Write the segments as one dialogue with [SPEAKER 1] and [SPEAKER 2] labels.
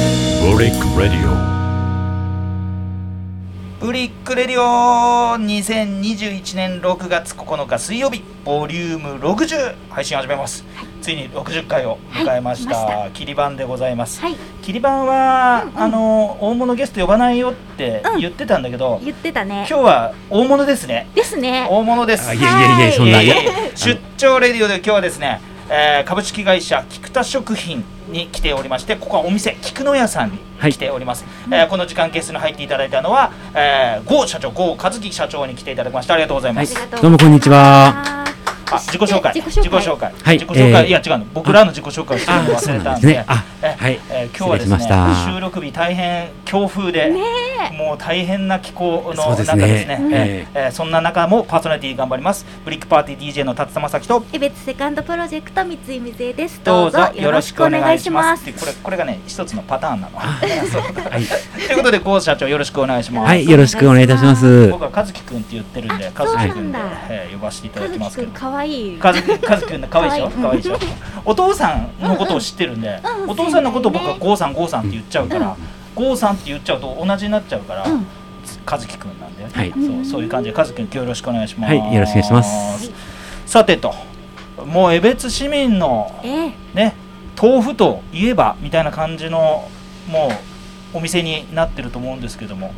[SPEAKER 1] リック・レディ
[SPEAKER 2] ブリックレディオ2021年6月9日水曜日ボリューム60配信始めます、ついに60回を迎えました,、
[SPEAKER 3] はい来ま
[SPEAKER 2] キリバンでございます、
[SPEAKER 3] はい、
[SPEAKER 2] キリバンは、
[SPEAKER 3] うんうん
[SPEAKER 2] あの大物ゲスト呼ばないよって
[SPEAKER 3] うん
[SPEAKER 2] 言ってたんだけど、
[SPEAKER 3] 言ってたね
[SPEAKER 2] 今日。は大物ですね
[SPEAKER 3] ですね。
[SPEAKER 2] 大物です
[SPEAKER 1] オあいやいやいやそん
[SPEAKER 2] い
[SPEAKER 1] な
[SPEAKER 2] え
[SPEAKER 1] い
[SPEAKER 2] い
[SPEAKER 1] や
[SPEAKER 2] え出張レディオで今日はですね、えー株式会社菊田食品に来ておりましてここはお店菊の屋さんに
[SPEAKER 1] はい
[SPEAKER 2] 来ております、えーこの時間ゲストに入っていただいたのは、えー、郷社長郷和樹社長に来ていただきましたありがとうござい
[SPEAKER 3] あ
[SPEAKER 2] ま
[SPEAKER 3] り
[SPEAKER 2] す、
[SPEAKER 3] がとうございます
[SPEAKER 1] どうもこんにちは。
[SPEAKER 2] あ自己紹介
[SPEAKER 3] 自己紹
[SPEAKER 2] 介
[SPEAKER 3] 介
[SPEAKER 1] はい
[SPEAKER 2] 自己紹介
[SPEAKER 1] え
[SPEAKER 2] い
[SPEAKER 1] ー
[SPEAKER 2] や違うの僕らの自己紹介をするの
[SPEAKER 1] あ、
[SPEAKER 2] 忘
[SPEAKER 1] そう
[SPEAKER 2] れ
[SPEAKER 1] な
[SPEAKER 2] たん
[SPEAKER 1] んです
[SPEAKER 2] で
[SPEAKER 1] ね。あ、
[SPEAKER 2] え
[SPEAKER 1] はい。
[SPEAKER 2] えー今日はですね
[SPEAKER 1] 失礼しました
[SPEAKER 2] 収録日大変強風で、
[SPEAKER 3] ね
[SPEAKER 2] もう大変な気候
[SPEAKER 1] そ
[SPEAKER 2] の
[SPEAKER 1] うで
[SPEAKER 2] 中ですす
[SPEAKER 1] ね
[SPEAKER 2] ね
[SPEAKER 1] うん
[SPEAKER 2] えーえーそんな中もパーソナリティ頑張りますブリックパーティー DJ の辰田正樹と
[SPEAKER 3] え。エベツセカンドプロジェクト三井水江です。
[SPEAKER 2] ど
[SPEAKER 3] ど
[SPEAKER 2] う
[SPEAKER 3] う
[SPEAKER 2] ぞ
[SPEAKER 3] ぞ
[SPEAKER 2] よ
[SPEAKER 3] よ
[SPEAKER 2] ろ
[SPEAKER 3] ろ
[SPEAKER 2] し
[SPEAKER 3] し
[SPEAKER 2] く
[SPEAKER 3] く
[SPEAKER 2] お
[SPEAKER 3] お
[SPEAKER 2] 願
[SPEAKER 3] 願
[SPEAKER 2] い
[SPEAKER 3] い
[SPEAKER 2] し
[SPEAKER 3] し
[SPEAKER 2] ま
[SPEAKER 3] ますす。
[SPEAKER 2] ってこれこれがね一つのパターンなの。
[SPEAKER 1] はい。
[SPEAKER 2] ということで郷社長よろしくお願いします。
[SPEAKER 1] はい、よろしくお願いいたします。
[SPEAKER 2] 僕は和樹くんって言ってるんで
[SPEAKER 3] あ
[SPEAKER 2] 和樹く
[SPEAKER 3] そ
[SPEAKER 2] ん
[SPEAKER 3] う
[SPEAKER 2] で
[SPEAKER 3] なんだ、
[SPEAKER 2] えー呼ばせていた
[SPEAKER 3] 和
[SPEAKER 2] だきま
[SPEAKER 3] 樹
[SPEAKER 2] す
[SPEAKER 3] く
[SPEAKER 2] け
[SPEAKER 3] ん
[SPEAKER 2] ど。
[SPEAKER 3] 可愛い。
[SPEAKER 2] 和樹和樹くんの可愛いでしょ。可
[SPEAKER 3] 可
[SPEAKER 2] 愛
[SPEAKER 3] 愛
[SPEAKER 2] い
[SPEAKER 3] い
[SPEAKER 2] でしょ。お父さんのことを知ってるんで
[SPEAKER 3] うんう、ん
[SPEAKER 2] お父さんのことを僕は
[SPEAKER 3] うん
[SPEAKER 2] 郷さん郷さんって言っちゃうから、郷さんって言っちゃうと同じになっちゃうから
[SPEAKER 3] う。ん。
[SPEAKER 2] 和樹くんなんだよね、
[SPEAKER 1] はい
[SPEAKER 2] そうそういう感じで和樹くん今日よろしくお願いします
[SPEAKER 1] はいよろしくお願いします
[SPEAKER 2] さてともう江別市民の
[SPEAKER 3] ええ。
[SPEAKER 2] ね豆腐といえばみたいな感じのもうお店になってると思うんですけども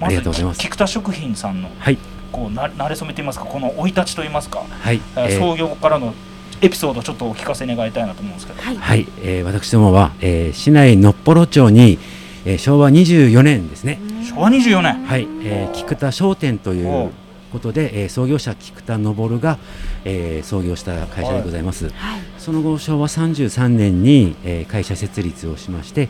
[SPEAKER 1] ありがとうございます
[SPEAKER 2] き菊田食品さんの
[SPEAKER 1] はい。
[SPEAKER 2] こうな慣れ初めといいますかこの生い立ちといいますか、
[SPEAKER 1] はい。
[SPEAKER 2] えー
[SPEAKER 1] えー
[SPEAKER 2] 創業からのエピソードをちょっとお聞かせ願いたいなと思うんですけど
[SPEAKER 3] はい。
[SPEAKER 1] はい、えー私どもは、えー市内のっぽろ町に、えー昭和24年ですね、
[SPEAKER 2] 昭和24年
[SPEAKER 1] はい、えー菊田商店とい
[SPEAKER 2] おう
[SPEAKER 1] うことで、えー創業者菊田昇が、えー創業した会社でございます。
[SPEAKER 3] はい。
[SPEAKER 1] その後昭和33年に、えー会社設立をしまして、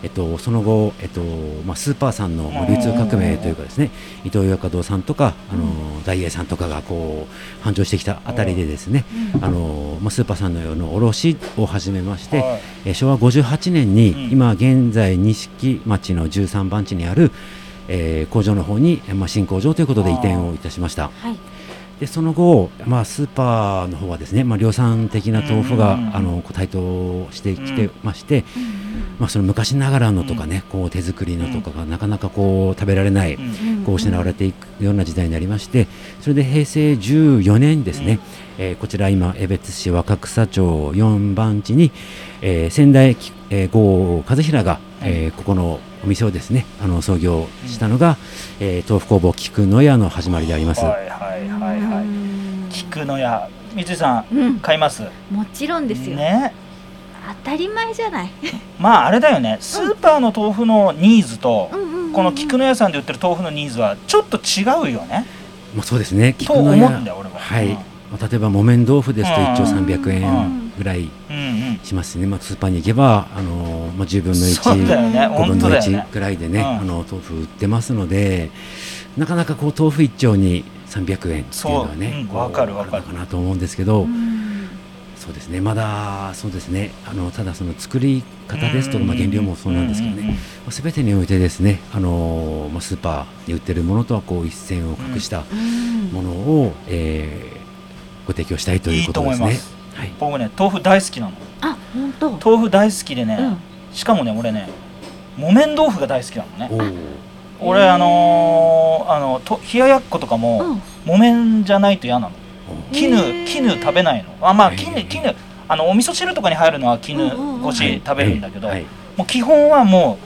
[SPEAKER 1] えっと、その後、えっとまあ、スーパーさんの流通革命というかですね伊東洋華堂さんとか、あのーダイエーさんとかがこう繁盛してきたあたりでですね、
[SPEAKER 3] うん
[SPEAKER 1] あのーまあ、スーパーさんのような卸を始めまして、
[SPEAKER 2] はい
[SPEAKER 1] えー昭和58年に、
[SPEAKER 2] うん
[SPEAKER 1] 今現在錦町の13番地にある、えー工場の方に、えーまあ、新工場ということで移転をいたしました。
[SPEAKER 3] はい。
[SPEAKER 1] でその後、まあ、スーパーの方はですね、まあ、量産的な豆腐が、
[SPEAKER 2] うんうんうん
[SPEAKER 1] あのこう台頭してきてまして、
[SPEAKER 3] うん
[SPEAKER 1] まあ、その昔ながらのとかね、こう手作りのとかがなかなかこう食べられない、
[SPEAKER 2] うん
[SPEAKER 3] うん
[SPEAKER 1] こう失われていくような時代になりましてそれで平成14年ですね、えーこちら今江別市若草町4番地に、えー先代、えー、郷和平が、えーここのお店をですねあの創業したのが、えー豆腐工房菊の屋の始まりであります。
[SPEAKER 2] はいはいはいは
[SPEAKER 3] う
[SPEAKER 2] い
[SPEAKER 3] ん
[SPEAKER 2] 菊の屋三井さん
[SPEAKER 3] うん。
[SPEAKER 2] 買います
[SPEAKER 3] もちろんですよ。
[SPEAKER 2] ね
[SPEAKER 3] 当たり前じゃない。
[SPEAKER 2] まああれだよねスーパーの豆腐のニーズと、
[SPEAKER 3] うんうんうん
[SPEAKER 2] この菊の屋さんで売ってる豆腐のニーズはちょっと違うよね
[SPEAKER 1] まあ、そうですね
[SPEAKER 2] と
[SPEAKER 1] 菊
[SPEAKER 2] 思
[SPEAKER 1] の
[SPEAKER 2] うん
[SPEAKER 1] 屋
[SPEAKER 2] だよ俺も
[SPEAKER 1] はい、
[SPEAKER 2] うん
[SPEAKER 1] まあ例えば木綿豆腐ですと1丁300
[SPEAKER 2] うん
[SPEAKER 1] 円ぐらい
[SPEAKER 2] うんうん
[SPEAKER 1] しますね、まあ、スーパーに行けば、あのーまあ、10分の
[SPEAKER 2] そうだ
[SPEAKER 1] 1
[SPEAKER 2] よね
[SPEAKER 1] 5
[SPEAKER 2] 本
[SPEAKER 1] 分
[SPEAKER 2] 当
[SPEAKER 1] の
[SPEAKER 2] だよ
[SPEAKER 1] 1
[SPEAKER 2] ね
[SPEAKER 1] ぐらいでね、
[SPEAKER 2] うん
[SPEAKER 1] あの豆腐売ってますのでなかなかこう豆腐1丁に300円っていうのは
[SPEAKER 2] そうう
[SPEAKER 1] ね
[SPEAKER 2] ん
[SPEAKER 1] こう
[SPEAKER 2] わかるわかる
[SPEAKER 1] なかなと思うんですけ
[SPEAKER 3] う
[SPEAKER 1] ど、
[SPEAKER 3] ん
[SPEAKER 1] そうですねまだそうですねあのただその作り方ですとか、
[SPEAKER 2] うん
[SPEAKER 1] まあ、原料もそうなんですけどね、
[SPEAKER 2] うんうんうん
[SPEAKER 1] まあ、全てにおいてですね、あのーまあ、スーパーに売ってるものとはこう一線を画した、
[SPEAKER 3] うん
[SPEAKER 1] ものを、えーご提供したいということですね。
[SPEAKER 2] いいと思
[SPEAKER 1] はい、
[SPEAKER 2] 僕ね豆腐大好きなの
[SPEAKER 3] あ、本当。う
[SPEAKER 2] 豆腐大好きでね、
[SPEAKER 3] ん。
[SPEAKER 2] しかもね俺ね木綿豆腐が大好きなのね
[SPEAKER 1] お
[SPEAKER 2] 俺
[SPEAKER 3] へー
[SPEAKER 2] あのーあのと冷ややっことか
[SPEAKER 3] う
[SPEAKER 2] も
[SPEAKER 3] ん。
[SPEAKER 2] 木綿じゃないと嫌なの
[SPEAKER 1] ー
[SPEAKER 2] 絹
[SPEAKER 3] へー
[SPEAKER 2] 絹食べないのあまあ
[SPEAKER 1] へ
[SPEAKER 2] 絹
[SPEAKER 1] ー
[SPEAKER 2] 絹あのお味噌汁とかに入るのは絹
[SPEAKER 3] うんうんうん
[SPEAKER 2] ごし食べるんだけど、
[SPEAKER 1] はい
[SPEAKER 2] もう基本はも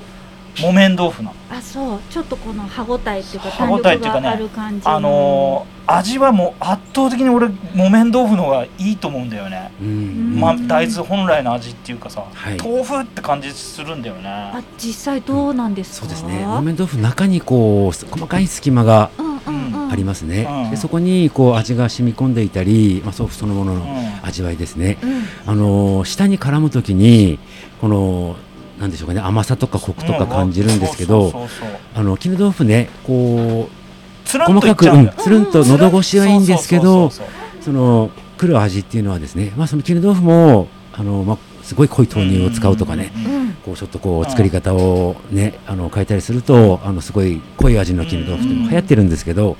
[SPEAKER 2] う木綿豆腐なの
[SPEAKER 3] あ、そう。ちょっとこの歯ごたえっていうか
[SPEAKER 2] 歯
[SPEAKER 3] 弾
[SPEAKER 2] 応えっ
[SPEAKER 3] 力
[SPEAKER 2] ていうかね
[SPEAKER 3] がある感じ。
[SPEAKER 2] あのー味はもう圧倒的に俺木綿豆腐の方がいいと思うんだよね、
[SPEAKER 1] うんうん
[SPEAKER 2] まあ、
[SPEAKER 3] うん
[SPEAKER 2] 大豆本来の味っていうかさ、
[SPEAKER 1] はい
[SPEAKER 2] 豆腐って感じするんだよね
[SPEAKER 3] あ、実際どうなんです
[SPEAKER 1] そ
[SPEAKER 3] か。
[SPEAKER 1] うですね。木綿豆腐中にこうす細かい隙間が
[SPEAKER 3] うんうんうん。
[SPEAKER 1] ありますね。
[SPEAKER 2] うん
[SPEAKER 1] でそこにこう味が染み込んでいたり、まあ豆腐そのもの
[SPEAKER 2] う
[SPEAKER 1] の
[SPEAKER 2] ん
[SPEAKER 1] 味わいですね。
[SPEAKER 3] うん。
[SPEAKER 1] あのー下に絡むときにこのなんでしょうかね甘さとかコクとか感じるんですけ
[SPEAKER 2] う
[SPEAKER 1] ど、
[SPEAKER 2] そうそうそう
[SPEAKER 1] あの絹豆腐ねこう
[SPEAKER 2] つるん
[SPEAKER 1] 細
[SPEAKER 2] といっ
[SPEAKER 1] か
[SPEAKER 2] ち
[SPEAKER 1] く
[SPEAKER 2] ゃうん
[SPEAKER 1] うん
[SPEAKER 2] だよ
[SPEAKER 1] つるんと喉越しはいいんですけど
[SPEAKER 2] そうそうそう
[SPEAKER 1] その来る味っていうのはですね、まあ、その絹豆腐もあの、まあ、すごい濃い豆乳を使うとかね、
[SPEAKER 2] うん
[SPEAKER 3] うん。
[SPEAKER 1] こうちょっとこ
[SPEAKER 2] うん
[SPEAKER 1] う作り方を、ねあの変えたりするとあのすごい濃い味の絹豆腐っていうのが流行ってるんですけど、やっ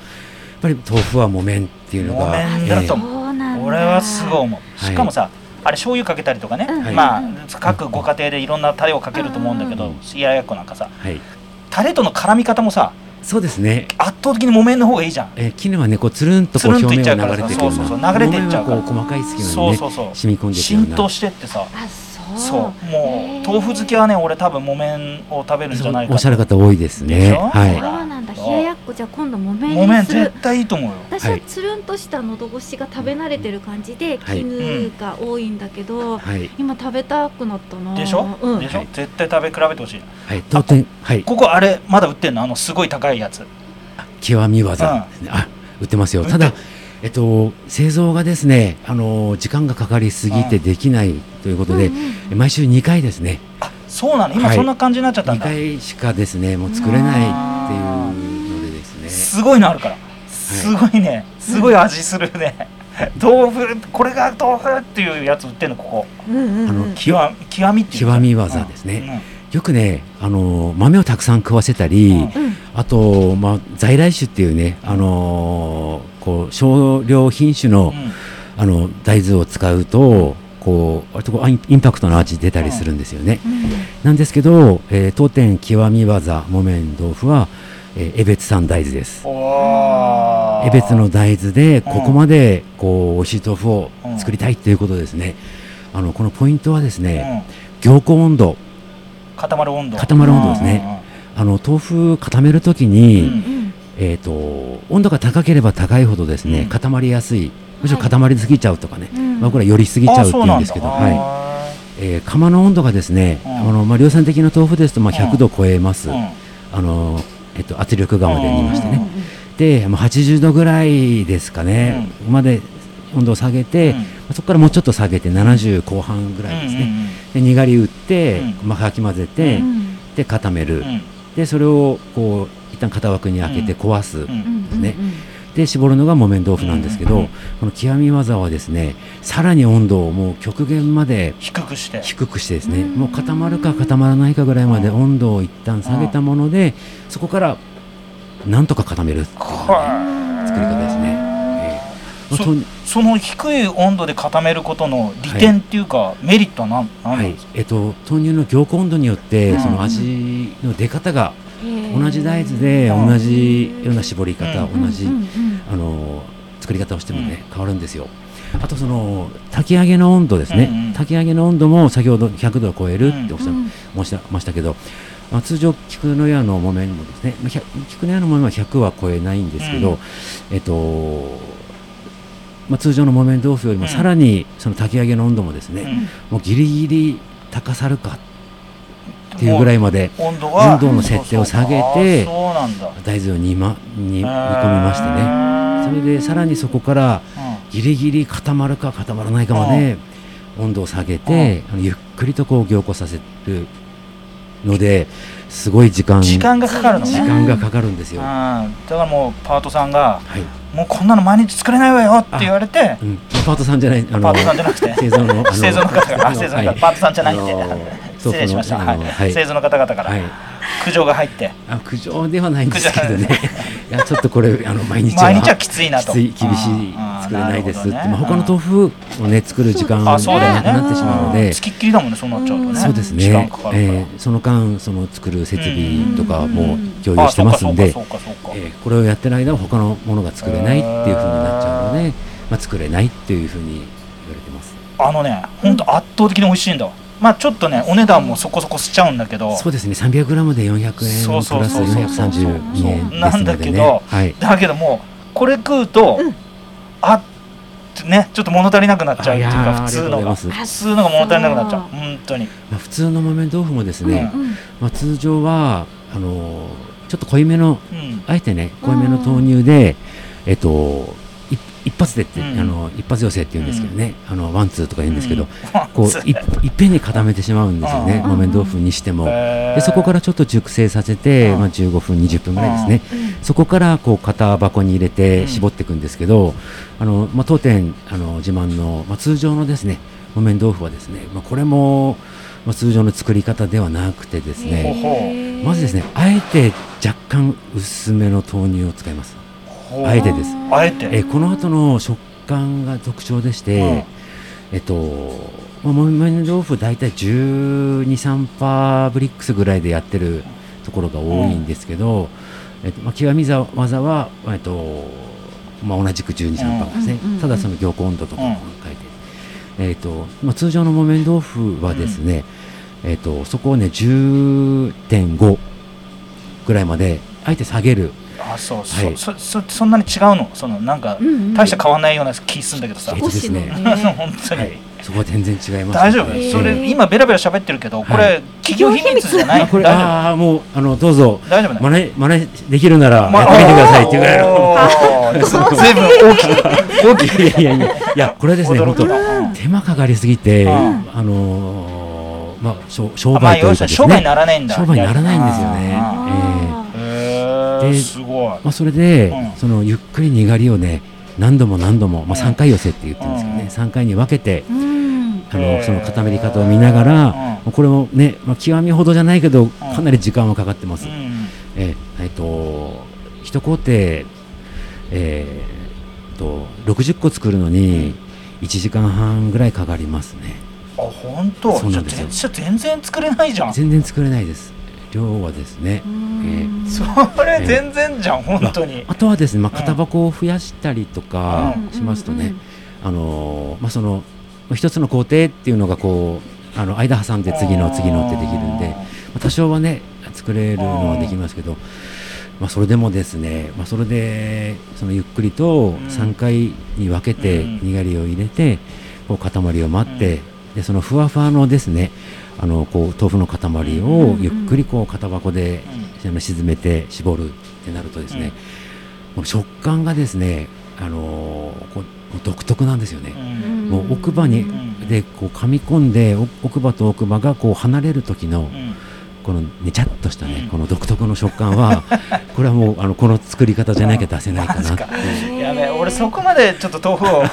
[SPEAKER 1] ぱり豆腐は木綿っていうのが
[SPEAKER 2] 木綿
[SPEAKER 1] え
[SPEAKER 2] だ
[SPEAKER 1] え
[SPEAKER 2] と
[SPEAKER 3] そうなんだ。
[SPEAKER 2] 俺はすごい思う、
[SPEAKER 1] はい
[SPEAKER 2] しかもさあれ醤油かけたりとかね、
[SPEAKER 3] うん
[SPEAKER 2] まあ
[SPEAKER 3] うん
[SPEAKER 2] 各ご家庭でいろんなタレをかけると思うんだけ
[SPEAKER 1] う
[SPEAKER 2] ど
[SPEAKER 1] ん
[SPEAKER 2] 冷ややっこなんかさ
[SPEAKER 1] はい、
[SPEAKER 2] タレとの絡み方もさ
[SPEAKER 1] そうですね、
[SPEAKER 2] 圧倒的に木綿の方がいいじゃん
[SPEAKER 1] えー、絹はねこうつるんとこう
[SPEAKER 2] つるんと
[SPEAKER 1] 表
[SPEAKER 2] いっちゃ
[SPEAKER 1] 面
[SPEAKER 2] うか
[SPEAKER 1] を
[SPEAKER 2] ら
[SPEAKER 1] 流
[SPEAKER 2] さ
[SPEAKER 1] れていくよう
[SPEAKER 2] そう
[SPEAKER 1] な
[SPEAKER 2] そうそう流れていっちゃうから
[SPEAKER 1] 木綿はこう細かい隙間
[SPEAKER 2] そ
[SPEAKER 1] に
[SPEAKER 2] う
[SPEAKER 1] ね
[SPEAKER 2] そうそう
[SPEAKER 1] 染み込んでいくよう
[SPEAKER 2] 浸
[SPEAKER 1] な
[SPEAKER 2] 透してってさ
[SPEAKER 3] あそう
[SPEAKER 2] そうも
[SPEAKER 3] へ
[SPEAKER 2] う
[SPEAKER 3] ー
[SPEAKER 2] 豆腐漬けはね俺多分木綿を食べるんじゃない
[SPEAKER 1] そう
[SPEAKER 2] か
[SPEAKER 1] おっしゃる
[SPEAKER 2] と
[SPEAKER 1] 方多いです
[SPEAKER 2] でし
[SPEAKER 1] ね
[SPEAKER 2] ょ
[SPEAKER 1] はい
[SPEAKER 2] ほら
[SPEAKER 3] そうなんだ冷ややっこじゃあ今度木
[SPEAKER 2] 木
[SPEAKER 3] 綿に
[SPEAKER 2] 綿
[SPEAKER 3] する
[SPEAKER 2] 絶対いいと思うよ
[SPEAKER 3] 私
[SPEAKER 1] は
[SPEAKER 3] はいつるんとした喉越しが食べ慣れてる感じで
[SPEAKER 1] はい
[SPEAKER 3] 絹が多いんだけど、
[SPEAKER 1] はい
[SPEAKER 3] 今食べたくなったな
[SPEAKER 2] でしょ、
[SPEAKER 3] うん、
[SPEAKER 2] でしょ、
[SPEAKER 1] はい
[SPEAKER 2] 絶対食べ比べてほしい
[SPEAKER 1] はい当店はい
[SPEAKER 2] ここあれまだ売ってんのあのすごい高いやつ
[SPEAKER 1] 極み技ですね、あ売ってますよた
[SPEAKER 2] 売
[SPEAKER 1] だ
[SPEAKER 2] って
[SPEAKER 1] えっと製造がですねあの時間がかかりすぎてできないということで、
[SPEAKER 3] うんうん
[SPEAKER 1] 毎週2回ですね
[SPEAKER 2] あそうなの今
[SPEAKER 1] はい
[SPEAKER 2] そんな感じになっちゃったん
[SPEAKER 1] 2
[SPEAKER 2] だ、
[SPEAKER 1] 回しかですねもう作れないっていうのでですね
[SPEAKER 2] すごいのあるからすごいねすごい味するね豆腐これが豆腐っていうやつ売ってんのここ
[SPEAKER 3] うんうんうん
[SPEAKER 1] あの
[SPEAKER 2] 極極みっていうの
[SPEAKER 1] 極み技ですね、
[SPEAKER 2] う
[SPEAKER 1] よくねあの豆をたくさん食わせたり、
[SPEAKER 2] うん
[SPEAKER 3] うん
[SPEAKER 1] あと、まあ、在来種っていうね、あのーこう少量品種
[SPEAKER 2] ん
[SPEAKER 1] の,、
[SPEAKER 2] うん
[SPEAKER 1] あの大豆を使うとこう割とこうあインインパクトの味出たりするんですよね、なんですけど、えー当店極み技木綿豆腐は、えー、江別産大豆です
[SPEAKER 2] おー
[SPEAKER 1] 江別の大豆でここまでこう美味しい豆腐を作りたいということですね、あのこのポイントはですね、
[SPEAKER 2] う
[SPEAKER 1] 凝固温度
[SPEAKER 2] ん固まる温度
[SPEAKER 1] 固まる温度ですねあの豆腐固めるときに、
[SPEAKER 2] うんうんうん
[SPEAKER 3] うん
[SPEAKER 1] えー、と温度が高ければ高いほどですね、
[SPEAKER 2] うん
[SPEAKER 1] 固まりやすいむしろ固まりすぎちゃうとかね、
[SPEAKER 3] うん
[SPEAKER 1] まあ、これは寄りすぎちゃうっていうんですけど、
[SPEAKER 2] あそうなんだ
[SPEAKER 1] はいえー釜の温度がですね、
[SPEAKER 2] うん
[SPEAKER 1] あのまあ、量産的な豆腐ですとまあ
[SPEAKER 2] うん
[SPEAKER 1] 100度超えます、
[SPEAKER 2] うん
[SPEAKER 1] あのえっと、圧力釜で煮まして
[SPEAKER 2] うんうん
[SPEAKER 1] ね、で、まあ、80度ぐらいですかね、まで温度を下げて、
[SPEAKER 2] うん
[SPEAKER 1] まあそこからもうちょっと下げて70後半ぐらいですね、でにがり打って、
[SPEAKER 2] う
[SPEAKER 1] まあ、かき混ぜて、
[SPEAKER 3] うん
[SPEAKER 1] で固める、
[SPEAKER 2] うんうん
[SPEAKER 1] でそれをこう一旦型枠に開けて壊す、
[SPEAKER 2] うんうん
[SPEAKER 3] うんうん
[SPEAKER 1] ねで絞るのが木綿豆腐なんですけど、
[SPEAKER 2] うんうん
[SPEAKER 1] この極み技はですねさらに温度をもう極限まで
[SPEAKER 2] 低くして
[SPEAKER 1] 低くしてですね、
[SPEAKER 3] うん
[SPEAKER 1] もう固まるか固まらないかぐらいまで
[SPEAKER 2] う
[SPEAKER 1] 温度を一旦下げたもので、そこからなんとか固めるっていうね作り方ですね。ええ
[SPEAKER 2] そ
[SPEAKER 1] と
[SPEAKER 2] その低い温度で固めることの利点っていうか、メリットは何何
[SPEAKER 1] は
[SPEAKER 2] なん
[SPEAKER 1] い
[SPEAKER 2] ですか、
[SPEAKER 1] えっと、豆乳の凝固温度によって、
[SPEAKER 2] うん
[SPEAKER 1] その味の出方が
[SPEAKER 3] へー
[SPEAKER 1] 同じ大豆で
[SPEAKER 2] うん
[SPEAKER 1] 同じような絞り方、
[SPEAKER 2] うん
[SPEAKER 1] 同じ
[SPEAKER 3] うんうんうん
[SPEAKER 1] あの作り方をしてもね、変わるんですよ。あとその炊き上げの温度ですね、
[SPEAKER 2] うんうん
[SPEAKER 1] 炊き上げの温度も先ほど100度を超えるっておっしゃ、
[SPEAKER 3] うん
[SPEAKER 1] 申しましたけど、まあ、通常菊の屋の木綿もですねまあひゃ菊の屋の木綿は100は超えないんですけ
[SPEAKER 2] う
[SPEAKER 1] ど、
[SPEAKER 2] ん
[SPEAKER 1] えっとまあ、通常の木綿豆腐よりもさらにその炊き上げの温度もですね、もうギリギリ高さるかっていうぐら
[SPEAKER 2] い
[SPEAKER 1] いまで
[SPEAKER 2] 温度は
[SPEAKER 1] 温度の設定を下げて
[SPEAKER 2] そうそうあーそうなんだ
[SPEAKER 1] 大豆を煮,、ま、煮煮込みましてねそれでさらにそこからギリギリ固まるか固まらないかまで温度を下げて、あのゆっくりとこう凝固させるのですごい時間
[SPEAKER 2] うん時間がかかるの
[SPEAKER 1] 時
[SPEAKER 2] ね、
[SPEAKER 1] 間がかかるんです
[SPEAKER 2] うん、
[SPEAKER 1] よ。
[SPEAKER 2] だ
[SPEAKER 1] は
[SPEAKER 2] からもうパートさんが
[SPEAKER 1] い、
[SPEAKER 2] 「もうこんなの毎日作れないわよ」って言われて
[SPEAKER 1] うん、パートさんじゃない、あ
[SPEAKER 2] パートさんじゃなくて
[SPEAKER 1] 製造の あの
[SPEAKER 2] 製造の方があ
[SPEAKER 1] あの
[SPEAKER 2] 製造
[SPEAKER 1] は
[SPEAKER 2] の
[SPEAKER 1] い
[SPEAKER 2] 方パートさんじゃないって
[SPEAKER 1] あの
[SPEAKER 2] 失礼しました、
[SPEAKER 1] そうそうあの
[SPEAKER 2] はい、製造の方々から
[SPEAKER 1] はい、
[SPEAKER 2] 苦情が入って
[SPEAKER 1] あ苦情ではないんですけどね、 いやちょっとこれあの毎日は
[SPEAKER 2] 毎日はきついなと
[SPEAKER 1] きつい厳しい
[SPEAKER 2] あー
[SPEAKER 1] 作れないですって、
[SPEAKER 2] なるほどね
[SPEAKER 1] まあ、他の豆腐をね作る時間が
[SPEAKER 2] あ
[SPEAKER 1] なく
[SPEAKER 2] そうだよね
[SPEAKER 1] なってしまうの
[SPEAKER 2] う
[SPEAKER 1] で
[SPEAKER 2] ん、つきっきりだもんねそうなっちゃうとね
[SPEAKER 1] そうですね、
[SPEAKER 2] 時
[SPEAKER 1] え
[SPEAKER 2] 間かかるから、
[SPEAKER 1] ーその間その作る設備とかも
[SPEAKER 2] あ
[SPEAKER 1] 共有してますんで、
[SPEAKER 2] そうかそうかそうかそうか
[SPEAKER 1] えーこれをやってる間は他のものが作れないっていうふうになっちゃうので、まあ、作れないっていうふうに言われてます
[SPEAKER 2] あのね本当圧倒的に美味しいんだわまあちょっとねお値段もそこそこしちゃうんだけど
[SPEAKER 1] そうですね 300g で400円プラス
[SPEAKER 2] そうそうそうそうそう
[SPEAKER 1] 432円
[SPEAKER 2] そう
[SPEAKER 1] で
[SPEAKER 2] な
[SPEAKER 1] す
[SPEAKER 2] んだ
[SPEAKER 1] ので
[SPEAKER 2] け
[SPEAKER 1] ね
[SPEAKER 2] ど
[SPEAKER 1] はい
[SPEAKER 2] だけどもうこれ食うと、あってねちょっと物足りなくなっちゃうっていう
[SPEAKER 1] あいや
[SPEAKER 2] か
[SPEAKER 1] ー
[SPEAKER 2] 普通
[SPEAKER 1] あ
[SPEAKER 2] の
[SPEAKER 1] り
[SPEAKER 2] が
[SPEAKER 1] がと
[SPEAKER 2] 普
[SPEAKER 1] うございます
[SPEAKER 2] 通のが物足りなくなっちゃう本当に
[SPEAKER 1] まあ、普通の豆豆腐もですね、
[SPEAKER 2] うん
[SPEAKER 1] まあ、通常はあのーちょっと濃いめの
[SPEAKER 2] うん
[SPEAKER 1] あえてね濃いめの豆乳で、えっとい一発でって、
[SPEAKER 2] うん
[SPEAKER 1] あの一発寄せって言うんですけどね、あのワンツーとか言うんですけど、こ
[SPEAKER 2] う
[SPEAKER 1] うんいいっぺんに固めてしまうんですよね
[SPEAKER 2] うん
[SPEAKER 1] 木綿豆腐にしても。
[SPEAKER 2] へー
[SPEAKER 1] でそこからちょっと熟成させて、
[SPEAKER 2] うん
[SPEAKER 1] まあ、15分20分ぐらいですね、そこからこう型箱に入れ
[SPEAKER 2] う
[SPEAKER 1] て
[SPEAKER 2] ん
[SPEAKER 1] 絞っていくんですけど、あのまあ、当店あの自慢の、まあ、通常のですね木綿豆腐はですね、まあ、これも、まあ、通常の作り方ではなくてですね、
[SPEAKER 3] へー
[SPEAKER 1] まずですねあえて若干薄めの豆乳を使います、
[SPEAKER 2] ほう
[SPEAKER 1] あえてです
[SPEAKER 2] あえて
[SPEAKER 1] えーこの後の食感が特徴でして、
[SPEAKER 2] うん
[SPEAKER 1] えっと、まあ、モンメン豆腐大体12、3パーブリックスぐらいでやってるところが多いんですけど、えっとまあ、極みざ技は、えっとまあ、同じく12、3パーですね、
[SPEAKER 3] うんうんうんうん
[SPEAKER 1] ただその魚温度とかも書いて、えっとまあ、通常の木綿豆腐はですね、えっとそこをね10.5ぐらいまであえて下げる
[SPEAKER 2] あそう
[SPEAKER 1] は
[SPEAKER 2] そ
[SPEAKER 1] い
[SPEAKER 2] そそそんなに違うのそのなんか
[SPEAKER 3] うんうん
[SPEAKER 2] 大して変わんないような気すんだけどさ
[SPEAKER 1] えっ
[SPEAKER 3] 少
[SPEAKER 1] と
[SPEAKER 3] しのね
[SPEAKER 1] で
[SPEAKER 2] 本当
[SPEAKER 1] は
[SPEAKER 2] に
[SPEAKER 1] い、そこは全然違います、
[SPEAKER 2] 大丈
[SPEAKER 3] へ
[SPEAKER 2] 夫
[SPEAKER 3] ー
[SPEAKER 2] それ今ベラベラ喋ってるけどこ
[SPEAKER 1] は
[SPEAKER 2] れ企業秘密じゃない
[SPEAKER 1] あこ
[SPEAKER 2] 大
[SPEAKER 1] れ
[SPEAKER 2] 丈
[SPEAKER 1] ああもうあのどうぞ
[SPEAKER 2] 夫大丈夫ね
[SPEAKER 1] 真似真似できるならや
[SPEAKER 2] ま
[SPEAKER 1] ってみてくださいっていうぐらいの
[SPEAKER 2] おーずいぶん大きい大きい
[SPEAKER 1] いやいやいやいやこれですね
[SPEAKER 2] 驚
[SPEAKER 1] 本
[SPEAKER 2] く
[SPEAKER 1] 当
[SPEAKER 2] の
[SPEAKER 1] 手間かかりすぎて、
[SPEAKER 2] うん
[SPEAKER 1] あのーまあ商商
[SPEAKER 2] あまあ
[SPEAKER 1] 売と
[SPEAKER 2] 要
[SPEAKER 1] いう
[SPEAKER 2] する
[SPEAKER 1] か
[SPEAKER 2] に
[SPEAKER 1] です
[SPEAKER 2] 商売に
[SPEAKER 1] ね
[SPEAKER 2] ならないんだ
[SPEAKER 1] 商売にならないんですよ
[SPEAKER 2] あー
[SPEAKER 1] ね。
[SPEAKER 3] あ
[SPEAKER 2] へ
[SPEAKER 1] で
[SPEAKER 2] ーすごい
[SPEAKER 1] まあそれで、
[SPEAKER 2] うん
[SPEAKER 1] そのゆっくりにがりをね何度も何度もまあ
[SPEAKER 2] うん
[SPEAKER 1] 三回寄せって言ってるんですけどね、
[SPEAKER 2] うん
[SPEAKER 1] 三回に分けて
[SPEAKER 3] ーうん
[SPEAKER 1] あ
[SPEAKER 2] へ
[SPEAKER 1] の
[SPEAKER 2] ー
[SPEAKER 1] その固めり方を見ながら、これもねまあ極みほどじゃないけどかなり時間はかかってます
[SPEAKER 2] う。ん
[SPEAKER 1] えーえっと一工程、えーと60個作るのに1時間半ぐらいかかりますね
[SPEAKER 2] あ本当
[SPEAKER 1] そう
[SPEAKER 2] じ
[SPEAKER 1] な
[SPEAKER 2] ゃあ
[SPEAKER 1] んですよ
[SPEAKER 2] 全全然作れないじゃん
[SPEAKER 1] 全然作れないです量はですね
[SPEAKER 3] う、ん
[SPEAKER 2] それ全然じゃん本当に
[SPEAKER 1] あとはですね、まあ、
[SPEAKER 2] うん
[SPEAKER 1] 型箱を増やしたりとか
[SPEAKER 2] うん
[SPEAKER 1] しますとね、あのーまあその一つの工程っていうのがこうあの間挟んで次の次のってできるんで、まあ多少はね作れるのはできますけど、まあ、それでもですね、まあ、それでそのゆっくりと
[SPEAKER 2] ん
[SPEAKER 1] 3回に分けて
[SPEAKER 2] うん
[SPEAKER 1] にがりを入れてこう塊を待って、
[SPEAKER 2] う
[SPEAKER 1] でそのふわふわのですねあのこう豆腐の塊をゆっくりこう型箱であの沈めて絞るってなるとですね、この食感がですね、あのーこう独特なんですよね。
[SPEAKER 2] うん
[SPEAKER 1] もう奥歯にでこう噛み込んでお奥歯と奥歯がこう離れる時の
[SPEAKER 2] うん
[SPEAKER 1] このねちゃっとしたね、
[SPEAKER 2] うん
[SPEAKER 1] この独特の食感は これはもうあのこの作り方じゃなきゃ出せないかな
[SPEAKER 2] マジか
[SPEAKER 3] へー
[SPEAKER 2] やべえ俺そこまでちょっと豆腐 を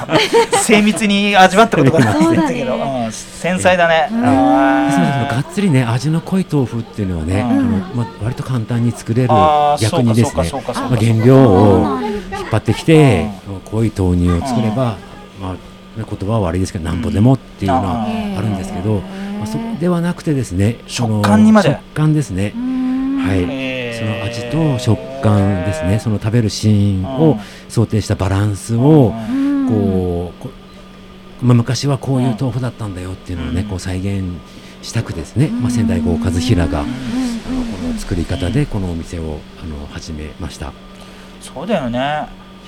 [SPEAKER 2] 精密に味わったことがな
[SPEAKER 3] そ
[SPEAKER 2] い
[SPEAKER 3] う
[SPEAKER 2] ん
[SPEAKER 3] だ
[SPEAKER 2] だ
[SPEAKER 3] ね
[SPEAKER 2] けど、うん繊細だね、
[SPEAKER 3] うん
[SPEAKER 1] ですのでそのが
[SPEAKER 2] あ
[SPEAKER 1] っつりね味の濃い豆腐っていうのは
[SPEAKER 2] う
[SPEAKER 1] ね、
[SPEAKER 2] ん
[SPEAKER 1] あのまあ、割と簡単に作れる
[SPEAKER 2] ーあー
[SPEAKER 1] 逆にですね
[SPEAKER 2] そうかそうかそう
[SPEAKER 1] まあ、
[SPEAKER 2] かそうか
[SPEAKER 1] 原料
[SPEAKER 3] そう
[SPEAKER 1] を
[SPEAKER 3] なんです
[SPEAKER 1] 引っ張ってきて濃い豆乳を作れば、まあ、言葉は悪いですけどなんぼでもっていうのは、
[SPEAKER 3] ね
[SPEAKER 1] あるんですけどまあ、そこではなくてですねその
[SPEAKER 2] 食感にまで
[SPEAKER 1] 食感ですね
[SPEAKER 3] う、ん
[SPEAKER 1] はいその味と食感ですねその食べるシーン
[SPEAKER 2] う
[SPEAKER 1] を
[SPEAKER 2] ん
[SPEAKER 1] 想定したバランスを、
[SPEAKER 3] うん
[SPEAKER 1] こうこまあ、昔はこういう豆腐だったんだよっていうのをね、
[SPEAKER 2] うん
[SPEAKER 1] こう再現したくですね、
[SPEAKER 3] うん
[SPEAKER 1] まあ、仙台郷和平がこ
[SPEAKER 3] うんうん
[SPEAKER 1] の作り方でこのお店をあの始めました、
[SPEAKER 2] そうだよね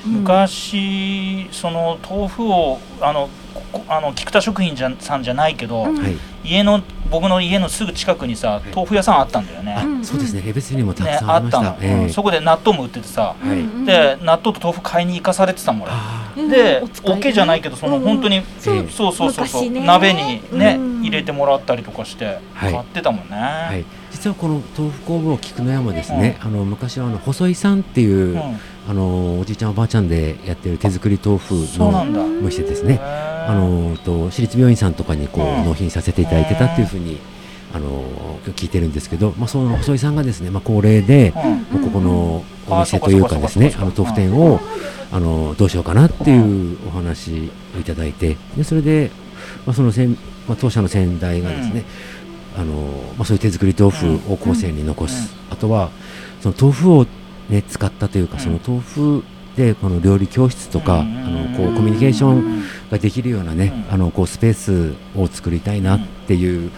[SPEAKER 3] うん
[SPEAKER 2] 昔その豆腐をあのここあの菊田食品じゃさんじゃないけど、
[SPEAKER 3] うん
[SPEAKER 1] はい、
[SPEAKER 2] 家の僕の家のすぐ近くにさ
[SPEAKER 1] い
[SPEAKER 2] 豆腐屋さんあったんだよね
[SPEAKER 1] あ、
[SPEAKER 3] うん
[SPEAKER 1] そうですね江別にもたく
[SPEAKER 2] ね
[SPEAKER 1] さん
[SPEAKER 2] あ
[SPEAKER 1] あり
[SPEAKER 2] っ
[SPEAKER 1] ました
[SPEAKER 2] の、
[SPEAKER 1] たえ
[SPEAKER 2] うん
[SPEAKER 1] え
[SPEAKER 2] そこで納豆も売っててさ、
[SPEAKER 1] はい
[SPEAKER 3] うんうん
[SPEAKER 2] で納豆と豆腐買いに行かされてたもん俺
[SPEAKER 1] あー
[SPEAKER 2] で
[SPEAKER 3] うん使
[SPEAKER 2] オ
[SPEAKER 3] い
[SPEAKER 2] ケじゃないけどその
[SPEAKER 3] うん
[SPEAKER 2] 本当に
[SPEAKER 1] そう
[SPEAKER 2] ええそうそうそうそう
[SPEAKER 3] 昔ね
[SPEAKER 2] 鍋にね
[SPEAKER 3] うん
[SPEAKER 2] 入れてもらったりとかして
[SPEAKER 1] はい
[SPEAKER 2] 買ってたもんね
[SPEAKER 1] はい、実はこの豆腐工房菊の山ですね、あの昔はあの細井さんっていう、
[SPEAKER 2] う
[SPEAKER 1] あのおじいちゃんおばあちゃんでやってる手作り豆腐
[SPEAKER 2] んそうな
[SPEAKER 1] の
[SPEAKER 2] んだ
[SPEAKER 3] うん
[SPEAKER 1] お店です
[SPEAKER 2] へ
[SPEAKER 1] ね
[SPEAKER 2] え
[SPEAKER 1] あのと私立病院さんとかにこう、
[SPEAKER 2] うん
[SPEAKER 1] 納品させていただいてたっていうふうに、あの聞いてるんですけど、まあ、その細井さんがですね、まあ、高齢で、
[SPEAKER 2] うん
[SPEAKER 3] うん
[SPEAKER 1] ここのお
[SPEAKER 2] あそ
[SPEAKER 1] 店
[SPEAKER 2] うか
[SPEAKER 1] というかですね
[SPEAKER 2] そう
[SPEAKER 1] あ
[SPEAKER 2] か
[SPEAKER 1] の
[SPEAKER 2] そうか
[SPEAKER 1] 豆腐店を、あのどうしようかなっていうお話をいただいてでそれで、まあ、そのせん、まあ、当社の先代がですね、あのまあ、そういう手作り豆腐を後世に残す、あとはその豆腐を、ね、使ったというか、
[SPEAKER 2] うん
[SPEAKER 1] その豆腐でこの料理教室とか、
[SPEAKER 2] うん
[SPEAKER 1] あのこ
[SPEAKER 3] うん
[SPEAKER 1] うコミュニケーション、
[SPEAKER 3] うん
[SPEAKER 1] ができるようなね、
[SPEAKER 2] うん
[SPEAKER 1] あのこうスペースを作りたいなっていう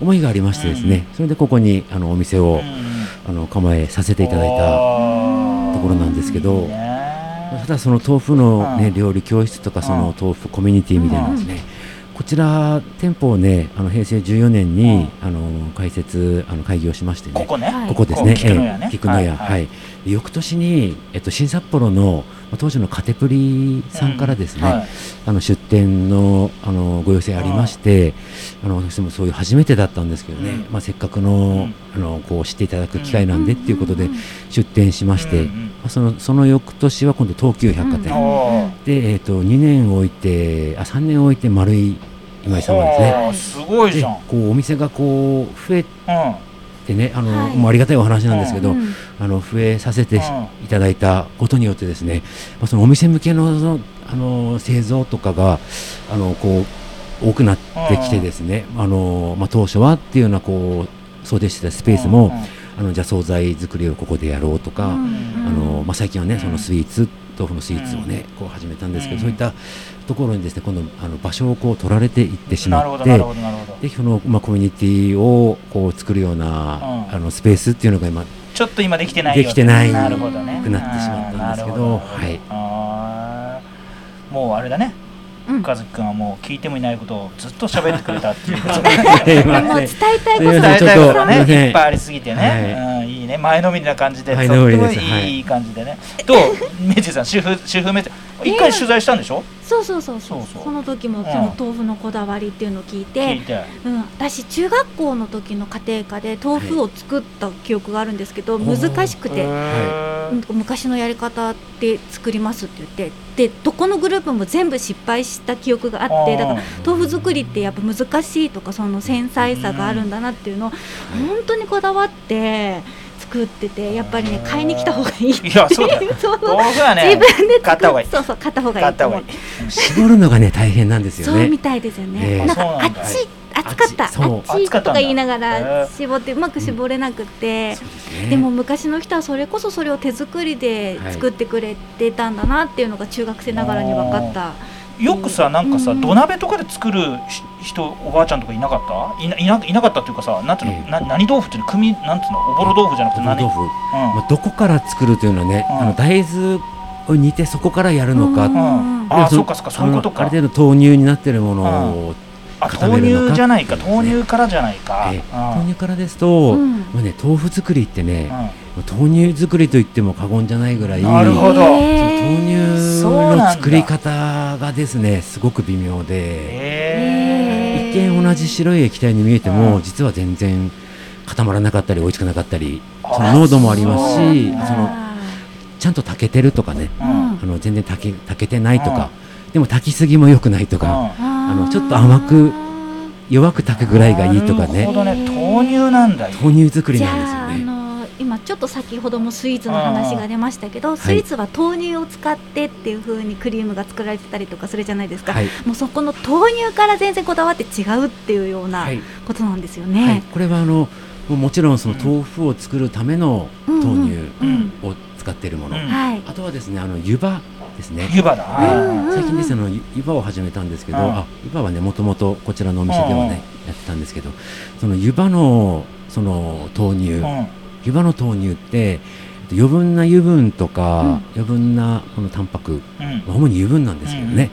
[SPEAKER 1] 思いがありましてですね、それでここにあのお店を、
[SPEAKER 2] うん
[SPEAKER 1] あの構えさせていただいた
[SPEAKER 2] あー
[SPEAKER 1] ところなんですけど、
[SPEAKER 2] ね
[SPEAKER 1] ただその豆腐の、ね
[SPEAKER 2] うん
[SPEAKER 1] 料理教室とかそうの
[SPEAKER 2] ん
[SPEAKER 1] 豆腐コミュニティみたいなのですね、こちら店舗をねあの平成14年に、あの開設あの開業しましてね
[SPEAKER 2] ここね
[SPEAKER 3] はい
[SPEAKER 1] ここですね、
[SPEAKER 2] ここ菊の屋ね
[SPEAKER 1] ええ菊の屋、
[SPEAKER 2] は
[SPEAKER 1] はいい
[SPEAKER 2] は
[SPEAKER 1] で翌年に、えっと、新札幌のまあ当時のカテプリさんからですね、
[SPEAKER 2] はい
[SPEAKER 1] あの出店のあのご要請ありまして、あの私もそういう初めてだったんですけどね、
[SPEAKER 2] うん
[SPEAKER 1] まあ、せっかくの,、
[SPEAKER 2] ん
[SPEAKER 1] あのこう知っていただく機会なんでっていうことで
[SPEAKER 3] んん
[SPEAKER 1] 出店しまし
[SPEAKER 2] う
[SPEAKER 1] て、
[SPEAKER 2] ん
[SPEAKER 1] まあ、そのその翌年は今度東急百貨
[SPEAKER 2] うん
[SPEAKER 1] 店、
[SPEAKER 2] おー
[SPEAKER 1] で、えー、と2年置いてあ3年置いて丸井今井様ですね。
[SPEAKER 2] ほーすごい
[SPEAKER 1] で
[SPEAKER 2] じゃん
[SPEAKER 1] こうお店がこう増え
[SPEAKER 2] うん
[SPEAKER 1] てねあの、
[SPEAKER 3] はい
[SPEAKER 1] もうありがたいお話なんですけ
[SPEAKER 3] う
[SPEAKER 1] ど、
[SPEAKER 3] んうん
[SPEAKER 1] あの増えさせてし
[SPEAKER 2] う
[SPEAKER 1] いただいたことによってですね、まあ、そのお店向けのそのあの製造とかがあのこう多くなってきてですね、あのまあ、当初はっていうようなこう想定してたスペースも、あのじゃあ惣菜作りをここでやろうとか、
[SPEAKER 2] うん
[SPEAKER 1] あのまあ、最近はね
[SPEAKER 2] うん
[SPEAKER 1] そのスイーツ豆腐のスイーツをね、こう始めたんですけど、
[SPEAKER 2] うん
[SPEAKER 1] そういったところにですね今度あの場所をこう取られていってし
[SPEAKER 2] なるほ
[SPEAKER 1] まっ
[SPEAKER 2] どな
[SPEAKER 1] て
[SPEAKER 2] るほどなるほど
[SPEAKER 1] でその、まあ、コミュニティをこう作るような、
[SPEAKER 2] うん
[SPEAKER 1] あのスペースっていうのが今
[SPEAKER 2] ちょっと今できてないよ
[SPEAKER 1] できてない
[SPEAKER 2] なるほどね
[SPEAKER 1] くなってしまったんですけど
[SPEAKER 2] あーなる
[SPEAKER 1] はい
[SPEAKER 2] ほあーもうあれだね
[SPEAKER 3] うん
[SPEAKER 2] 和樹くんはもう聞いてもいないことをずっと喋ってくれたっていうこと
[SPEAKER 1] すいま
[SPEAKER 3] もう伝えたいこ
[SPEAKER 1] す
[SPEAKER 3] と
[SPEAKER 1] いませ
[SPEAKER 2] 伝
[SPEAKER 1] ん
[SPEAKER 2] え
[SPEAKER 1] ちょった
[SPEAKER 2] い
[SPEAKER 1] と
[SPEAKER 2] ことね
[SPEAKER 1] すいません
[SPEAKER 2] いっぱいありすぎてね、、
[SPEAKER 1] は
[SPEAKER 2] う
[SPEAKER 1] い
[SPEAKER 2] ん、いいね前のめりな感じでとっ
[SPEAKER 1] 前
[SPEAKER 2] て
[SPEAKER 1] のめりで
[SPEAKER 2] も
[SPEAKER 1] すはい
[SPEAKER 2] いい感じでね、どう明治さん主婦主婦目線一回取材したんでしょ
[SPEAKER 3] そうそうそうそう
[SPEAKER 2] そうそう
[SPEAKER 3] この時も
[SPEAKER 2] ん
[SPEAKER 3] その豆腐のこだわりっていうのを聞いて、
[SPEAKER 2] 聞いて
[SPEAKER 3] うん、私中学校の時の家庭科で豆腐を作った記憶があるんですけど、
[SPEAKER 1] はい
[SPEAKER 3] 難しく
[SPEAKER 2] へ
[SPEAKER 3] て、
[SPEAKER 2] ー
[SPEAKER 3] うん昔のやり方で作りますって言ってでどこのグループも全部失敗した記憶があってだから豆腐作りってやっぱ難しいとかその繊細さがあるんだなっていうのを本当にこだわって作っててやっぱりね買いに来た方がいいって
[SPEAKER 2] いやそう だよ
[SPEAKER 3] そう
[SPEAKER 2] うん豆腐はね
[SPEAKER 3] 自分で
[SPEAKER 2] 買った方がいい
[SPEAKER 3] そうそう買った方がいい
[SPEAKER 2] 買った方がいい
[SPEAKER 1] 絞るのがね大変なんですよ
[SPEAKER 3] そうみ
[SPEAKER 1] ね。
[SPEAKER 3] たいですよ
[SPEAKER 1] ええ
[SPEAKER 3] ね。な
[SPEAKER 2] そ
[SPEAKER 3] ん
[SPEAKER 2] う
[SPEAKER 3] か
[SPEAKER 2] なんだ
[SPEAKER 3] 熱い暑かった、
[SPEAKER 1] 熱いそう
[SPEAKER 3] 熱い
[SPEAKER 2] 暑か
[SPEAKER 3] と
[SPEAKER 2] ったんだ
[SPEAKER 3] か言いなが
[SPEAKER 2] へえ
[SPEAKER 3] ら絞ってうまく絞れなくて、
[SPEAKER 1] そうですね
[SPEAKER 3] でも昔の人はそれこそそれを手作りで作ってくれてたんだなっていうのが中学生ながらに分かった。
[SPEAKER 2] よくさなんかさ、
[SPEAKER 3] うん
[SPEAKER 2] 土鍋とかで作るし人おばあちゃんとかいなかったいないないなかったっていうかさなんていうの、
[SPEAKER 1] ええ
[SPEAKER 2] な何豆腐っていうの組なんていうのおぼろ豆腐じゃなくて何
[SPEAKER 1] 豆腐、
[SPEAKER 2] うん
[SPEAKER 1] まあ、どこから作るというのはね、
[SPEAKER 2] うん
[SPEAKER 1] あの大豆を煮てそこからやるのか、
[SPEAKER 3] うん
[SPEAKER 2] うんああ
[SPEAKER 1] で
[SPEAKER 2] そ
[SPEAKER 1] も
[SPEAKER 2] うかそうかそういうこと
[SPEAKER 1] あ
[SPEAKER 2] か
[SPEAKER 1] のある程度豆乳になってるものを、
[SPEAKER 2] あ
[SPEAKER 1] 固め
[SPEAKER 2] 豆
[SPEAKER 1] るのか
[SPEAKER 2] 乳じゃないか
[SPEAKER 1] っていうね
[SPEAKER 2] 豆乳からじゃないか、
[SPEAKER 1] ええ
[SPEAKER 2] うん
[SPEAKER 1] 豆乳からですと、
[SPEAKER 3] うん
[SPEAKER 1] まあね、豆腐作りってね、
[SPEAKER 2] うん
[SPEAKER 1] 豆乳作りと言っても過言じゃないぐらい
[SPEAKER 2] なるほど
[SPEAKER 1] その
[SPEAKER 3] へえ
[SPEAKER 1] 豆乳
[SPEAKER 2] そうなんだ
[SPEAKER 1] の作り方がですねすごく微妙で、
[SPEAKER 2] え
[SPEAKER 3] え
[SPEAKER 1] 一見同じ白い液体に見えても、
[SPEAKER 2] うん
[SPEAKER 1] 実は全然固まらなかったり美味しくなかったり
[SPEAKER 2] あ
[SPEAKER 1] その濃度もありますし
[SPEAKER 2] そうなんだ
[SPEAKER 1] そのちゃんと炊けてるとかね
[SPEAKER 2] え
[SPEAKER 3] うん
[SPEAKER 1] あの全然炊け炊けてないとか、でも炊きすぎも良くないとか、
[SPEAKER 3] あ
[SPEAKER 1] のちょっと甘く弱く炊くぐらいがいいとか
[SPEAKER 2] なる
[SPEAKER 1] ね
[SPEAKER 2] ほどね豆乳なんだ
[SPEAKER 1] 豆乳作り
[SPEAKER 3] じゃ
[SPEAKER 1] な
[SPEAKER 3] あ、
[SPEAKER 1] んですよね。
[SPEAKER 3] あの今ちょっと先ほどもスイーツの話が出ましたけど、スイーツは豆乳を使ってっていう風にクリームが作られてたりとかするじゃないですか、
[SPEAKER 1] はい、
[SPEAKER 3] もうそこの豆乳から全然こだわって違うっていうような
[SPEAKER 1] はい
[SPEAKER 3] ことなんですよ
[SPEAKER 1] はい
[SPEAKER 3] ね。、
[SPEAKER 1] これはあのもうもちろんその豆腐を作るための
[SPEAKER 3] うんうん
[SPEAKER 1] 豆乳
[SPEAKER 3] うん
[SPEAKER 1] を使っているもの、
[SPEAKER 2] うん
[SPEAKER 3] はい。
[SPEAKER 1] あとはですねあの湯葉ですね。
[SPEAKER 2] 湯葉だ、
[SPEAKER 1] はい
[SPEAKER 3] うんうんうん
[SPEAKER 1] 最近ですねあの湯湯葉を始めたんですけど、
[SPEAKER 2] うん
[SPEAKER 1] あ湯葉はねもともとこちらのお店では
[SPEAKER 2] うんうん
[SPEAKER 1] ね、やってたんですけど、その湯葉のその豆乳、
[SPEAKER 2] うん
[SPEAKER 1] 湯葉の豆乳ってえっと余分な油分とか、
[SPEAKER 3] うん
[SPEAKER 1] 余分なこのタンパク、
[SPEAKER 2] うん
[SPEAKER 1] まあ主に油分なんですけどね、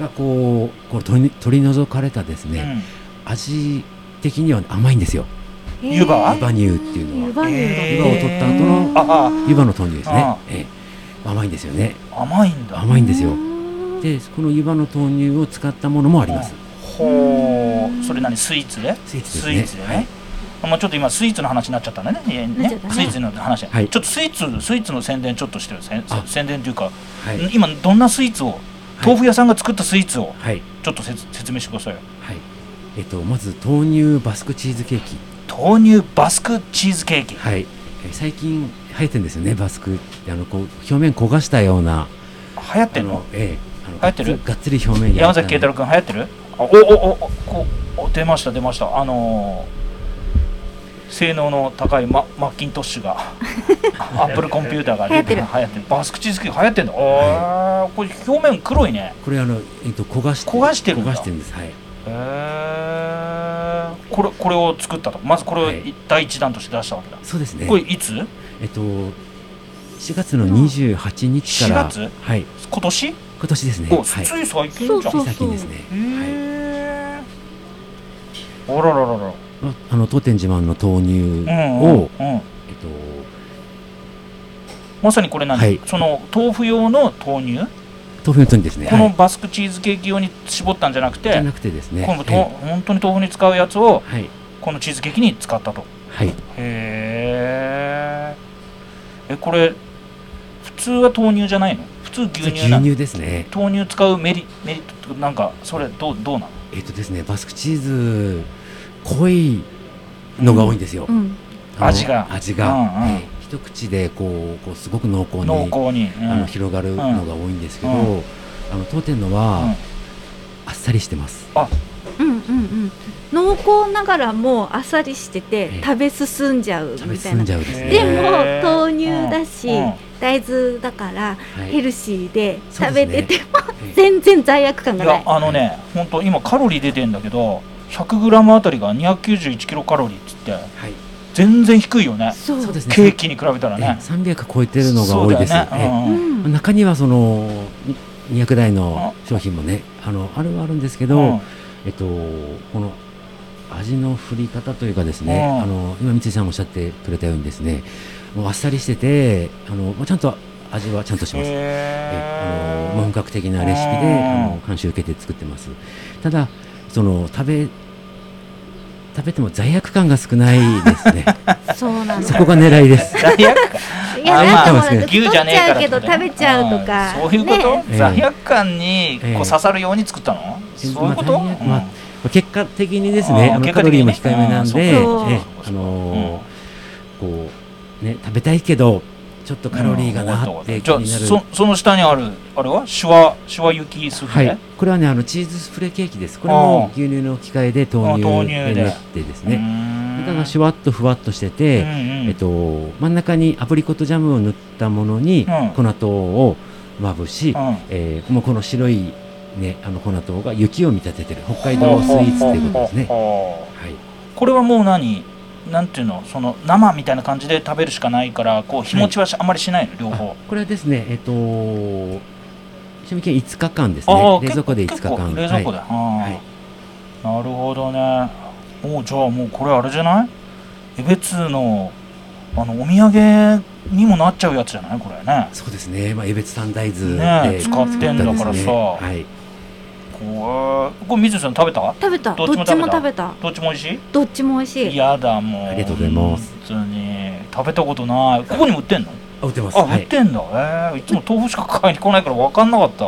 [SPEAKER 1] がこうこう取り取り除かれたです
[SPEAKER 2] う
[SPEAKER 1] ね、
[SPEAKER 2] ん
[SPEAKER 1] 味的には甘いんですよ。
[SPEAKER 2] 湯葉
[SPEAKER 3] えー
[SPEAKER 1] バニューっていうのは
[SPEAKER 3] 湯葉乳だ
[SPEAKER 2] え
[SPEAKER 1] 湯葉を取った後の
[SPEAKER 2] あ
[SPEAKER 1] 湯葉の豆乳ですね
[SPEAKER 2] ああ。
[SPEAKER 1] ええ甘いんですよね。
[SPEAKER 2] 甘いんだ
[SPEAKER 1] 甘いんですよ。
[SPEAKER 3] うん
[SPEAKER 1] で、この湯葉の豆乳を使ったものもあります。
[SPEAKER 2] ほうそれ何スイーツで
[SPEAKER 1] スイーツ
[SPEAKER 2] スイー
[SPEAKER 1] で
[SPEAKER 2] ツ
[SPEAKER 1] す
[SPEAKER 2] で
[SPEAKER 1] ね。
[SPEAKER 2] ね、
[SPEAKER 1] はい
[SPEAKER 2] まあ、ちょっと今スイーツの話になっちゃったんだねね
[SPEAKER 3] なっちゃったね
[SPEAKER 2] スイーツの話、
[SPEAKER 1] はい
[SPEAKER 2] ちょっとスイーツスイーツの宣伝ちょっとしてるせん
[SPEAKER 1] あ
[SPEAKER 2] 宣伝というか、
[SPEAKER 1] はい。
[SPEAKER 2] 今どんなスイーツを豆腐屋さんが作ったスイーツを
[SPEAKER 1] はい。
[SPEAKER 2] ちょっとせつ説明してくださいよ
[SPEAKER 1] はい。えっと、まず豆乳バスクチーズケーキ。
[SPEAKER 2] 豆乳バスクチーズケーキ
[SPEAKER 1] はい。え最近流行ってんですよね、バスク。あの、こう、表面焦がしたような。
[SPEAKER 2] 流行って
[SPEAKER 1] あ
[SPEAKER 2] んの
[SPEAKER 1] の、ええ。あの
[SPEAKER 2] 流行ってる
[SPEAKER 1] がっつりがっつり表面に。
[SPEAKER 2] 山崎慶太郎君流行ってるあおおおおこお出ました出ましたあのー性能の高いママッキントッシュ がアップルコンピューターが
[SPEAKER 3] 流行ってる
[SPEAKER 2] 流行ってるバスクチーズケーキ流行ってんだあーこれ表面黒いね
[SPEAKER 1] これ、あの、えっと、焦がして。
[SPEAKER 2] 焦がしてるん
[SPEAKER 1] 焦
[SPEAKER 2] だ
[SPEAKER 1] がしてんです。はい。
[SPEAKER 2] へえこれこれを作ったとまずこれを
[SPEAKER 1] はい
[SPEAKER 2] 第一弾として出したわけだ、
[SPEAKER 1] そうですね
[SPEAKER 2] こ。れいつ
[SPEAKER 1] えっと。4月の28日か
[SPEAKER 2] 4
[SPEAKER 1] ら。
[SPEAKER 2] 月
[SPEAKER 1] はい。
[SPEAKER 2] 今年
[SPEAKER 1] 今年ですね。
[SPEAKER 2] お
[SPEAKER 1] はい。
[SPEAKER 2] つい最近じゃん
[SPEAKER 3] そう
[SPEAKER 1] 最近ですね。はい。
[SPEAKER 2] へえあらららら
[SPEAKER 1] まあの当店自慢の豆乳
[SPEAKER 2] うんうん
[SPEAKER 1] を、
[SPEAKER 2] うん
[SPEAKER 1] えっと、
[SPEAKER 2] まさにこれなんで、
[SPEAKER 1] はい
[SPEAKER 2] その豆腐用の豆乳、
[SPEAKER 1] 豆腐の豆乳ですね、
[SPEAKER 2] こ
[SPEAKER 1] は
[SPEAKER 2] の
[SPEAKER 1] い、
[SPEAKER 2] バスクチーズケーキ用に絞ったんじゃなくて、
[SPEAKER 1] じゃなくてですね、
[SPEAKER 2] このと
[SPEAKER 1] ええ
[SPEAKER 2] 本当に豆腐に使うやつを
[SPEAKER 1] はい、
[SPEAKER 2] このチーズケーキに使ったと
[SPEAKER 1] はい、
[SPEAKER 2] へええこれ普通は豆乳じゃないの普通牛乳な
[SPEAKER 1] 牛
[SPEAKER 2] の
[SPEAKER 1] 乳ですね、
[SPEAKER 2] 豆乳使うメリメリットってなんかそれどうどうなの
[SPEAKER 1] えっとですね、バスクチーズ、濃いのが多いんですよ、
[SPEAKER 3] うん。
[SPEAKER 1] あの
[SPEAKER 2] 味が
[SPEAKER 1] 味が、
[SPEAKER 2] うんうん
[SPEAKER 1] ええ一口でこう、こうすごく濃厚に
[SPEAKER 2] 濃厚に、うん
[SPEAKER 1] あの広がるのが多いんですけど、
[SPEAKER 2] うん
[SPEAKER 1] あの当店の
[SPEAKER 2] うん
[SPEAKER 1] は、あっさりしてます、
[SPEAKER 3] うん濃厚ながらもあっさりして
[SPEAKER 1] え
[SPEAKER 3] て
[SPEAKER 1] え
[SPEAKER 3] 食べ進んじゃう
[SPEAKER 1] 食べ
[SPEAKER 3] みたい
[SPEAKER 1] 進ん
[SPEAKER 3] な
[SPEAKER 1] じゃうですね
[SPEAKER 3] でも
[SPEAKER 2] へー
[SPEAKER 3] 豆乳だし
[SPEAKER 2] うんうん
[SPEAKER 3] 大豆だから
[SPEAKER 1] はい
[SPEAKER 3] ヘルシーで
[SPEAKER 1] そう
[SPEAKER 3] 食
[SPEAKER 1] ですね
[SPEAKER 3] べてても
[SPEAKER 1] ええ
[SPEAKER 3] 全然罪悪感
[SPEAKER 2] い
[SPEAKER 3] がな
[SPEAKER 2] や
[SPEAKER 3] い
[SPEAKER 2] あのね本当今カロリー出てんだけど 100g あたりが291キロカロリーっつって
[SPEAKER 1] はい
[SPEAKER 2] 全然低いよね
[SPEAKER 3] そう
[SPEAKER 1] そうですね
[SPEAKER 2] ケーキに比べたら
[SPEAKER 1] ええ
[SPEAKER 2] ね
[SPEAKER 1] 300超えてるのが多いです
[SPEAKER 2] そうだよ
[SPEAKER 1] え
[SPEAKER 2] ね、
[SPEAKER 3] う
[SPEAKER 2] うんうん
[SPEAKER 1] え
[SPEAKER 3] ん
[SPEAKER 1] 中にはその200台の商品もねあのあるはあるんですけど、
[SPEAKER 2] うん
[SPEAKER 1] えっと、この味の振り方というかですね、
[SPEAKER 2] うん
[SPEAKER 1] あの今、三井さんおっしゃってくれたようにですねもうあっさりしててあの、まあ、ちゃんと味はちゃんとします。え
[SPEAKER 2] へー
[SPEAKER 1] あのまあ本格的なレシピで、
[SPEAKER 2] うん
[SPEAKER 1] あの監修受けて作ってますただその食べ食べても罪悪感が少ないです ね
[SPEAKER 3] そうなの
[SPEAKER 1] そこが狙いです
[SPEAKER 2] 罪悪感
[SPEAKER 3] いや
[SPEAKER 1] あ
[SPEAKER 3] なんか
[SPEAKER 1] ま
[SPEAKER 3] ほら
[SPEAKER 1] あそうで
[SPEAKER 3] 太
[SPEAKER 1] す
[SPEAKER 3] っ
[SPEAKER 2] 牛
[SPEAKER 3] ち
[SPEAKER 2] じゃねえ
[SPEAKER 3] ゃ
[SPEAKER 2] か
[SPEAKER 3] う
[SPEAKER 2] ら
[SPEAKER 3] けど食べちゃうとか
[SPEAKER 2] んそういうこと、
[SPEAKER 3] ね
[SPEAKER 1] え
[SPEAKER 2] 罪悪感に
[SPEAKER 1] ええ
[SPEAKER 2] こう刺さるように作ったの、
[SPEAKER 1] ええ
[SPEAKER 2] そういうこと、
[SPEAKER 1] まあ罪悪まあ
[SPEAKER 2] うん
[SPEAKER 1] 結果的にですね
[SPEAKER 2] あー
[SPEAKER 1] あの
[SPEAKER 2] 結果
[SPEAKER 1] カロ
[SPEAKER 2] 的
[SPEAKER 1] リー
[SPEAKER 2] に
[SPEAKER 1] も
[SPEAKER 2] ね
[SPEAKER 1] 控えめなんで、え
[SPEAKER 3] うんそう
[SPEAKER 1] え
[SPEAKER 2] そう
[SPEAKER 1] あのーこうね食べたいけどちょっとカロリーがなって気
[SPEAKER 2] じゃあ
[SPEAKER 1] になる、
[SPEAKER 2] そその下にあるあれはシュワシュワ雪スフ
[SPEAKER 1] は
[SPEAKER 2] レ、
[SPEAKER 1] い、これはねあのチーズスフレケーキですこれも
[SPEAKER 2] あー
[SPEAKER 1] 牛乳の機械で豆乳
[SPEAKER 2] あー豆乳で
[SPEAKER 1] になってですね
[SPEAKER 2] ね
[SPEAKER 1] だからシュワッとふわっとしてて、えっと、真ん中にアプリコットジャムを塗ったものに
[SPEAKER 2] うん
[SPEAKER 1] 粉糖をまぶし、えーもうこの白い、ね、あの粉糖が雪を見立ててる北海道スイーツっていうことですね。
[SPEAKER 2] ね
[SPEAKER 1] はい
[SPEAKER 2] これはもう何なんていうのその生みたいな感じで食べるしかないからこう日持ちはしあんまりしないの両
[SPEAKER 1] あ
[SPEAKER 2] 方
[SPEAKER 1] これはですね、えっと、賞味期限5日間です
[SPEAKER 2] あ
[SPEAKER 1] ね
[SPEAKER 2] あ、
[SPEAKER 1] 冷蔵庫で5
[SPEAKER 2] 結
[SPEAKER 1] 日
[SPEAKER 2] 構
[SPEAKER 1] 間。
[SPEAKER 2] 冷蔵庫で、
[SPEAKER 1] はい
[SPEAKER 2] ああ
[SPEAKER 1] はい
[SPEAKER 2] なるほどねもうじゃあもうこれあれじゃない江別のあのお土産にもなっちゃうやつじゃないこれね
[SPEAKER 1] そうですね、まあ、江別三大豆
[SPEAKER 2] ね
[SPEAKER 1] で
[SPEAKER 2] 使ってんだから
[SPEAKER 1] です
[SPEAKER 2] さ、
[SPEAKER 1] ねはい、
[SPEAKER 2] こうこれ水野さん食べた
[SPEAKER 3] 食べた
[SPEAKER 2] ど
[SPEAKER 3] ど
[SPEAKER 2] っちも
[SPEAKER 3] っちも食べた
[SPEAKER 2] どっちも美味しい
[SPEAKER 3] どっちも美味しい
[SPEAKER 2] 嫌だもう
[SPEAKER 1] ありがとうございます
[SPEAKER 2] 本当に食べたことないここにも売ってんの
[SPEAKER 1] あ売ってます。
[SPEAKER 2] あ
[SPEAKER 1] は
[SPEAKER 2] 売っ
[SPEAKER 1] い、
[SPEAKER 2] てんだ、えーいつも豆腐しか買いに来ないから分かんなかった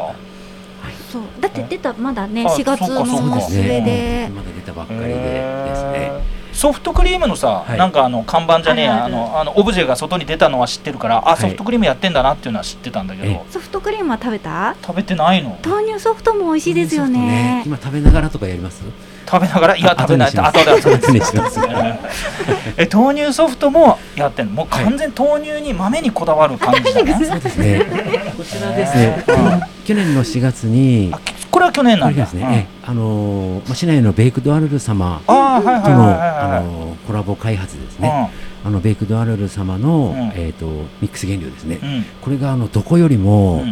[SPEAKER 3] そうだって出たまだね
[SPEAKER 2] あ
[SPEAKER 3] 4月
[SPEAKER 2] そうかそう
[SPEAKER 3] の
[SPEAKER 2] か
[SPEAKER 3] 末で
[SPEAKER 1] まだ出たばっかりでですね。
[SPEAKER 2] えーソフトクリームのさ、
[SPEAKER 1] はい
[SPEAKER 2] なんかあの看板じゃねえやあ
[SPEAKER 3] あるある
[SPEAKER 2] のあのオブジェが外に出たのは知ってるからあ
[SPEAKER 1] はい
[SPEAKER 2] ソフトクリームやってんだなっていうのは知ってたんだけど、
[SPEAKER 1] ええ
[SPEAKER 3] ソフトクリームは食べた
[SPEAKER 2] 食べてないの
[SPEAKER 3] 豆乳ソフトも美味しいですよね
[SPEAKER 1] 今食べながらとかやります。
[SPEAKER 2] 食べながらいや
[SPEAKER 1] あ
[SPEAKER 2] 食べないって後で後
[SPEAKER 1] 後
[SPEAKER 2] で
[SPEAKER 1] でします後でします。
[SPEAKER 2] え豆乳ソフトもやってんのもう完全に豆乳に豆にこだわる感じだね、
[SPEAKER 1] そうですね。こちらです ね
[SPEAKER 2] えー。
[SPEAKER 1] 去年の4月に
[SPEAKER 2] あ、これは去年
[SPEAKER 1] こ
[SPEAKER 2] な
[SPEAKER 1] れ
[SPEAKER 2] ん
[SPEAKER 1] で
[SPEAKER 2] だ
[SPEAKER 1] すね、えあのーまあ、市内のベイクドアルル様
[SPEAKER 2] うんあーはい
[SPEAKER 1] と
[SPEAKER 2] はいは
[SPEAKER 1] の、
[SPEAKER 2] いはい
[SPEAKER 1] あ
[SPEAKER 2] はい
[SPEAKER 1] のーコラボ開発ですね。あのベイクドアルル様の、
[SPEAKER 2] うん
[SPEAKER 1] えっ、とミックス原料ですね。
[SPEAKER 2] うんうん
[SPEAKER 1] これがあのどこよりも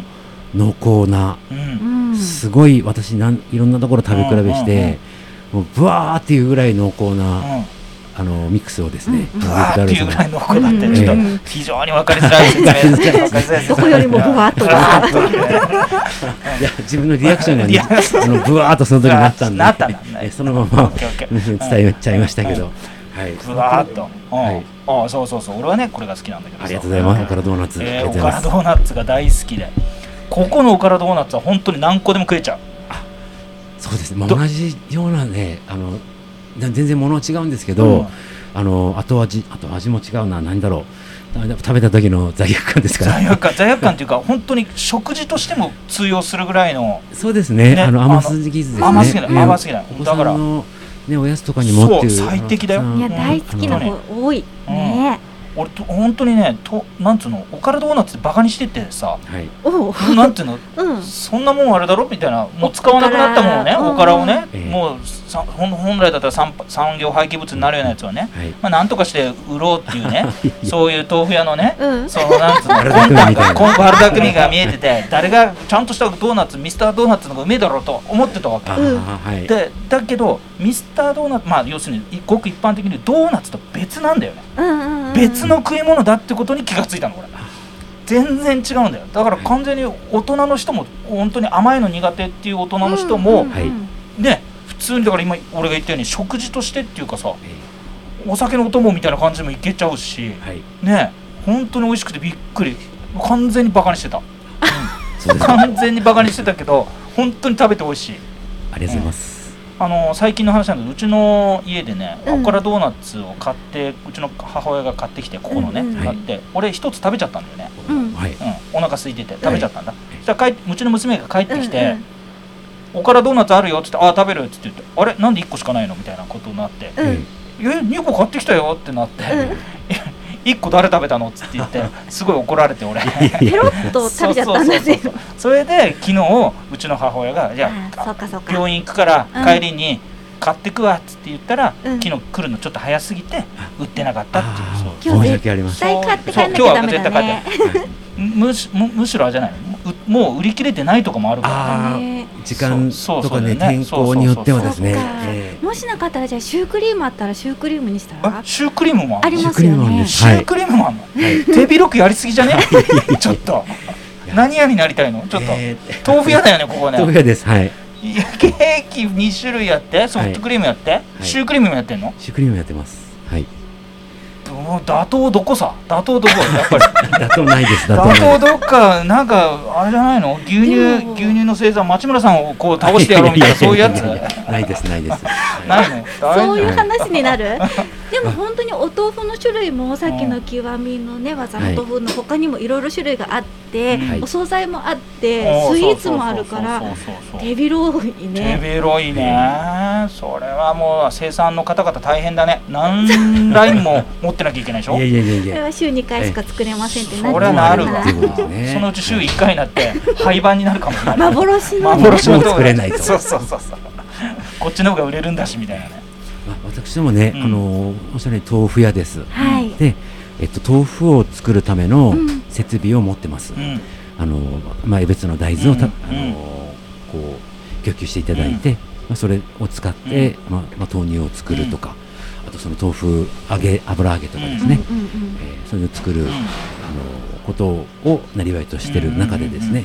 [SPEAKER 1] 濃厚な、
[SPEAKER 2] うん
[SPEAKER 3] う
[SPEAKER 2] うん
[SPEAKER 3] ん
[SPEAKER 1] すごい私なんいろんなところ食べ比べして、もうブワーっていうぐらい濃厚な、
[SPEAKER 2] うん
[SPEAKER 1] あのミックスをですね、
[SPEAKER 3] うん
[SPEAKER 1] あ
[SPEAKER 2] う
[SPEAKER 1] の
[SPEAKER 2] わーっていうぐらいの子だってちょっ
[SPEAKER 1] うん
[SPEAKER 2] と非常に分かりづらい説明ですね
[SPEAKER 3] どこよりもふわっとが
[SPEAKER 2] ふわっとね
[SPEAKER 1] いや自分のリアクションが
[SPEAKER 2] い
[SPEAKER 1] ね、
[SPEAKER 2] や
[SPEAKER 1] あのブワーっとその時になったんで、
[SPEAKER 2] なったんだね
[SPEAKER 1] えそのまま
[SPEAKER 2] オッケーオッケ
[SPEAKER 1] 伝
[SPEAKER 2] ー
[SPEAKER 1] えちゃいましたけど、はい、
[SPEAKER 2] ふわーっと、うん
[SPEAKER 1] はい
[SPEAKER 2] ああそうそうそう俺はねこれが好きなんだけどさ
[SPEAKER 1] ありがとうございます。
[SPEAKER 2] ん
[SPEAKER 1] おからドーナツ、
[SPEAKER 2] え
[SPEAKER 1] あ
[SPEAKER 2] ー、お
[SPEAKER 1] りがとうご
[SPEAKER 2] か
[SPEAKER 1] ざ
[SPEAKER 2] ら
[SPEAKER 1] い
[SPEAKER 2] ド
[SPEAKER 1] ます。
[SPEAKER 2] ーナツが大好きでここのおからドーナツは本当に何個でも食えちゃう
[SPEAKER 1] そうですね、まあ
[SPEAKER 2] ど
[SPEAKER 1] 同じようなね、あのな全然物は違うんですけど、
[SPEAKER 2] うん
[SPEAKER 1] あの後味あと味も違うな、なんだろう、だ食べた時の罪悪感ですから。
[SPEAKER 2] 罪悪感罪悪感というか本当に食事としても通用するぐらいの
[SPEAKER 1] そうですね、
[SPEAKER 2] ね
[SPEAKER 1] あの
[SPEAKER 2] あの
[SPEAKER 1] 甘すぎずですね。
[SPEAKER 2] 甘すぎない
[SPEAKER 1] えー
[SPEAKER 2] 甘すぎない
[SPEAKER 1] お子
[SPEAKER 2] だ
[SPEAKER 1] さん
[SPEAKER 2] から
[SPEAKER 1] のねおやつとかにもっていう
[SPEAKER 2] そう最適だよ
[SPEAKER 1] あの
[SPEAKER 3] いや大好きな
[SPEAKER 1] あの
[SPEAKER 3] 子多いね
[SPEAKER 2] 俺と本当にねとなんつうのおからドーナツってバカにしててさ
[SPEAKER 1] はい。
[SPEAKER 3] おう
[SPEAKER 2] なんていうの
[SPEAKER 3] うん
[SPEAKER 2] そんなもんあれだろみたいなもう使わなくなったもんねお
[SPEAKER 3] お
[SPEAKER 2] か
[SPEAKER 3] からら
[SPEAKER 2] をね、
[SPEAKER 1] ええ
[SPEAKER 2] もうさほん本来だったら産産業廃棄物になるようなやつはね、
[SPEAKER 1] はい。
[SPEAKER 2] まあ、なんとかして売ろうっていうね
[SPEAKER 1] いや
[SPEAKER 2] そういう豆腐屋のね
[SPEAKER 3] うん
[SPEAKER 2] そのなんつう の
[SPEAKER 1] 悪巧みみたいな
[SPEAKER 2] コンパルダ組が見えてて誰がちゃんとしたドーナツミスタードーナツの方がうめえだろうと思ってたわけ
[SPEAKER 1] あ
[SPEAKER 3] うん
[SPEAKER 1] あはい。
[SPEAKER 2] でだけどミスタードーナツまあ要するにごく一般的にドーナツと別なんだよね
[SPEAKER 3] うんうんうん
[SPEAKER 2] 別の食い物だってことに気がついたのこれ全然違うんだよだから完全に大人の人も本当に甘いの苦手っていう大人の人も、
[SPEAKER 3] うんうんうん
[SPEAKER 1] はい
[SPEAKER 2] ね普通にだから今俺が言ったように食事としてっていうかさ
[SPEAKER 1] え
[SPEAKER 2] お酒のお供みたいな感じでもいけちゃうし
[SPEAKER 1] ーはい。
[SPEAKER 2] ね本当に美味しくてびっくり完全にバカにしてた
[SPEAKER 1] そうですね。
[SPEAKER 2] 完全にバカにしてたけど本当に食べて美味しい
[SPEAKER 1] ありがとうございます。
[SPEAKER 2] あの最近の話なんだけどうちの家でね、
[SPEAKER 3] うん
[SPEAKER 2] おからドーナツを買ってうちの母親が買ってきてここのね、
[SPEAKER 3] うんうん
[SPEAKER 2] 買って俺一つ食べちゃったんだよね、
[SPEAKER 3] うん
[SPEAKER 1] は
[SPEAKER 2] う
[SPEAKER 1] い。
[SPEAKER 2] ん、お腹空いてて食べちゃったんだ、そしたら帰っうちの娘が帰ってきて、
[SPEAKER 3] うんうん
[SPEAKER 2] おからドーナツあるよ」っつって「ああ食べる」っつって言って「あれなんで1個しかないの?」みたいなことになって「
[SPEAKER 3] うん
[SPEAKER 2] え2個買ってきたよ」ってなって
[SPEAKER 3] うん
[SPEAKER 2] 「1個誰食べたの?」っつって言 ってすごい怒られて俺。
[SPEAKER 3] ペロッと食べちゃったんだ
[SPEAKER 2] そうそう
[SPEAKER 3] ぜ
[SPEAKER 2] そうそう それで昨日うちの母親が「じゃ
[SPEAKER 3] あーそ
[SPEAKER 2] あ
[SPEAKER 3] うかそうか
[SPEAKER 2] 病院行くから
[SPEAKER 3] うん
[SPEAKER 2] 帰りに買ってくわ」っつって言ったら、
[SPEAKER 3] うん
[SPEAKER 2] 昨日来るのちょっと早すぎて売ってなかったっていうそう
[SPEAKER 1] あー申し訳ありません。
[SPEAKER 3] 絶対買って帰んなきゃダメだね
[SPEAKER 2] むしむむしろあれじゃないのもう売り切れてないとこも あるから
[SPEAKER 1] あ
[SPEAKER 3] ね
[SPEAKER 1] あ、時間
[SPEAKER 2] そう
[SPEAKER 1] とか
[SPEAKER 2] そ
[SPEAKER 1] ね
[SPEAKER 2] うだよ
[SPEAKER 1] 天
[SPEAKER 2] ね
[SPEAKER 1] 候によっては
[SPEAKER 2] そう
[SPEAKER 1] ですね。
[SPEAKER 3] そっか
[SPEAKER 1] え
[SPEAKER 3] もしなかったらじゃあシュークリームあったらシュークリームにした
[SPEAKER 2] あ
[SPEAKER 3] ら
[SPEAKER 2] シュークリームもあ
[SPEAKER 3] あ
[SPEAKER 2] る
[SPEAKER 3] り
[SPEAKER 1] え
[SPEAKER 3] ますよ
[SPEAKER 1] シュークリームもあるん
[SPEAKER 3] ね
[SPEAKER 1] です
[SPEAKER 2] シュークリームもあるの、手
[SPEAKER 1] はい
[SPEAKER 2] 広くやりすぎじゃねちょっと何屋になりたい のちょっと、
[SPEAKER 1] えー
[SPEAKER 2] 豆腐屋だよねここね
[SPEAKER 1] 豆腐屋です。はい。
[SPEAKER 2] いやケーキ2種類やってソフトクリームやって、
[SPEAKER 1] い
[SPEAKER 2] シュークリームもやってんの
[SPEAKER 1] シュークリームやってます。 はい。
[SPEAKER 2] もう妥当どこさ 妥当どこやっぱり
[SPEAKER 1] 妥当ないです。妥当
[SPEAKER 2] 妥
[SPEAKER 1] ない
[SPEAKER 2] 当どっかなんかあれじゃないの牛乳
[SPEAKER 3] でも
[SPEAKER 2] 牛乳の生産町村さんをこう倒してやろうみたいなそういうやつない
[SPEAKER 1] つ。ないですな いです。
[SPEAKER 2] の大
[SPEAKER 3] そう
[SPEAKER 2] 丈
[SPEAKER 3] いう
[SPEAKER 2] 夫
[SPEAKER 3] 話になるでも本当にお豆腐の種類もさっきの極みのねわざの豆腐の他にもいろいろ種類があって、
[SPEAKER 2] はい
[SPEAKER 3] お惣菜もあって
[SPEAKER 2] お
[SPEAKER 3] スイーツもあるから
[SPEAKER 2] そうそうそうそう
[SPEAKER 3] 手広い
[SPEAKER 2] 手
[SPEAKER 3] ね
[SPEAKER 2] 広いねそれはもう生産の方々大変だね何ラインも持ってなきゃいけないでしょ
[SPEAKER 1] いやいやいやい
[SPEAKER 3] これ
[SPEAKER 1] や。
[SPEAKER 3] は週2回しか作れませんってなっ
[SPEAKER 2] そ
[SPEAKER 3] ち
[SPEAKER 2] りゃ
[SPEAKER 3] ゃ
[SPEAKER 2] な
[SPEAKER 3] う
[SPEAKER 2] る
[SPEAKER 3] か
[SPEAKER 2] わ
[SPEAKER 3] ら
[SPEAKER 1] そりゃなるわね
[SPEAKER 2] そのうち週1回になって廃盤になるかもしれない
[SPEAKER 3] 幻の
[SPEAKER 2] 幻の
[SPEAKER 1] もう作れないと
[SPEAKER 2] そうそうそうそうこっちの方が売れるんだしみたいなね
[SPEAKER 1] まあ私どもね、
[SPEAKER 2] うん
[SPEAKER 1] あのおっしゃるように豆腐屋です。
[SPEAKER 3] はい、
[SPEAKER 1] で、えっと豆腐を作るための
[SPEAKER 3] うん
[SPEAKER 1] 設備を持ってます。
[SPEAKER 2] うん
[SPEAKER 1] あのまあ江別の大豆をた、
[SPEAKER 2] うん
[SPEAKER 1] あのこう供給していただいて、まあそれを使って、まあまあ豆乳を作るとか、あとその豆腐揚げ油揚げとかですね。
[SPEAKER 3] うんうんうん
[SPEAKER 1] えーそれを作る、
[SPEAKER 2] うん
[SPEAKER 1] あのことをなりわいとしている中でで
[SPEAKER 2] うんう
[SPEAKER 1] す
[SPEAKER 2] んうん
[SPEAKER 1] ね、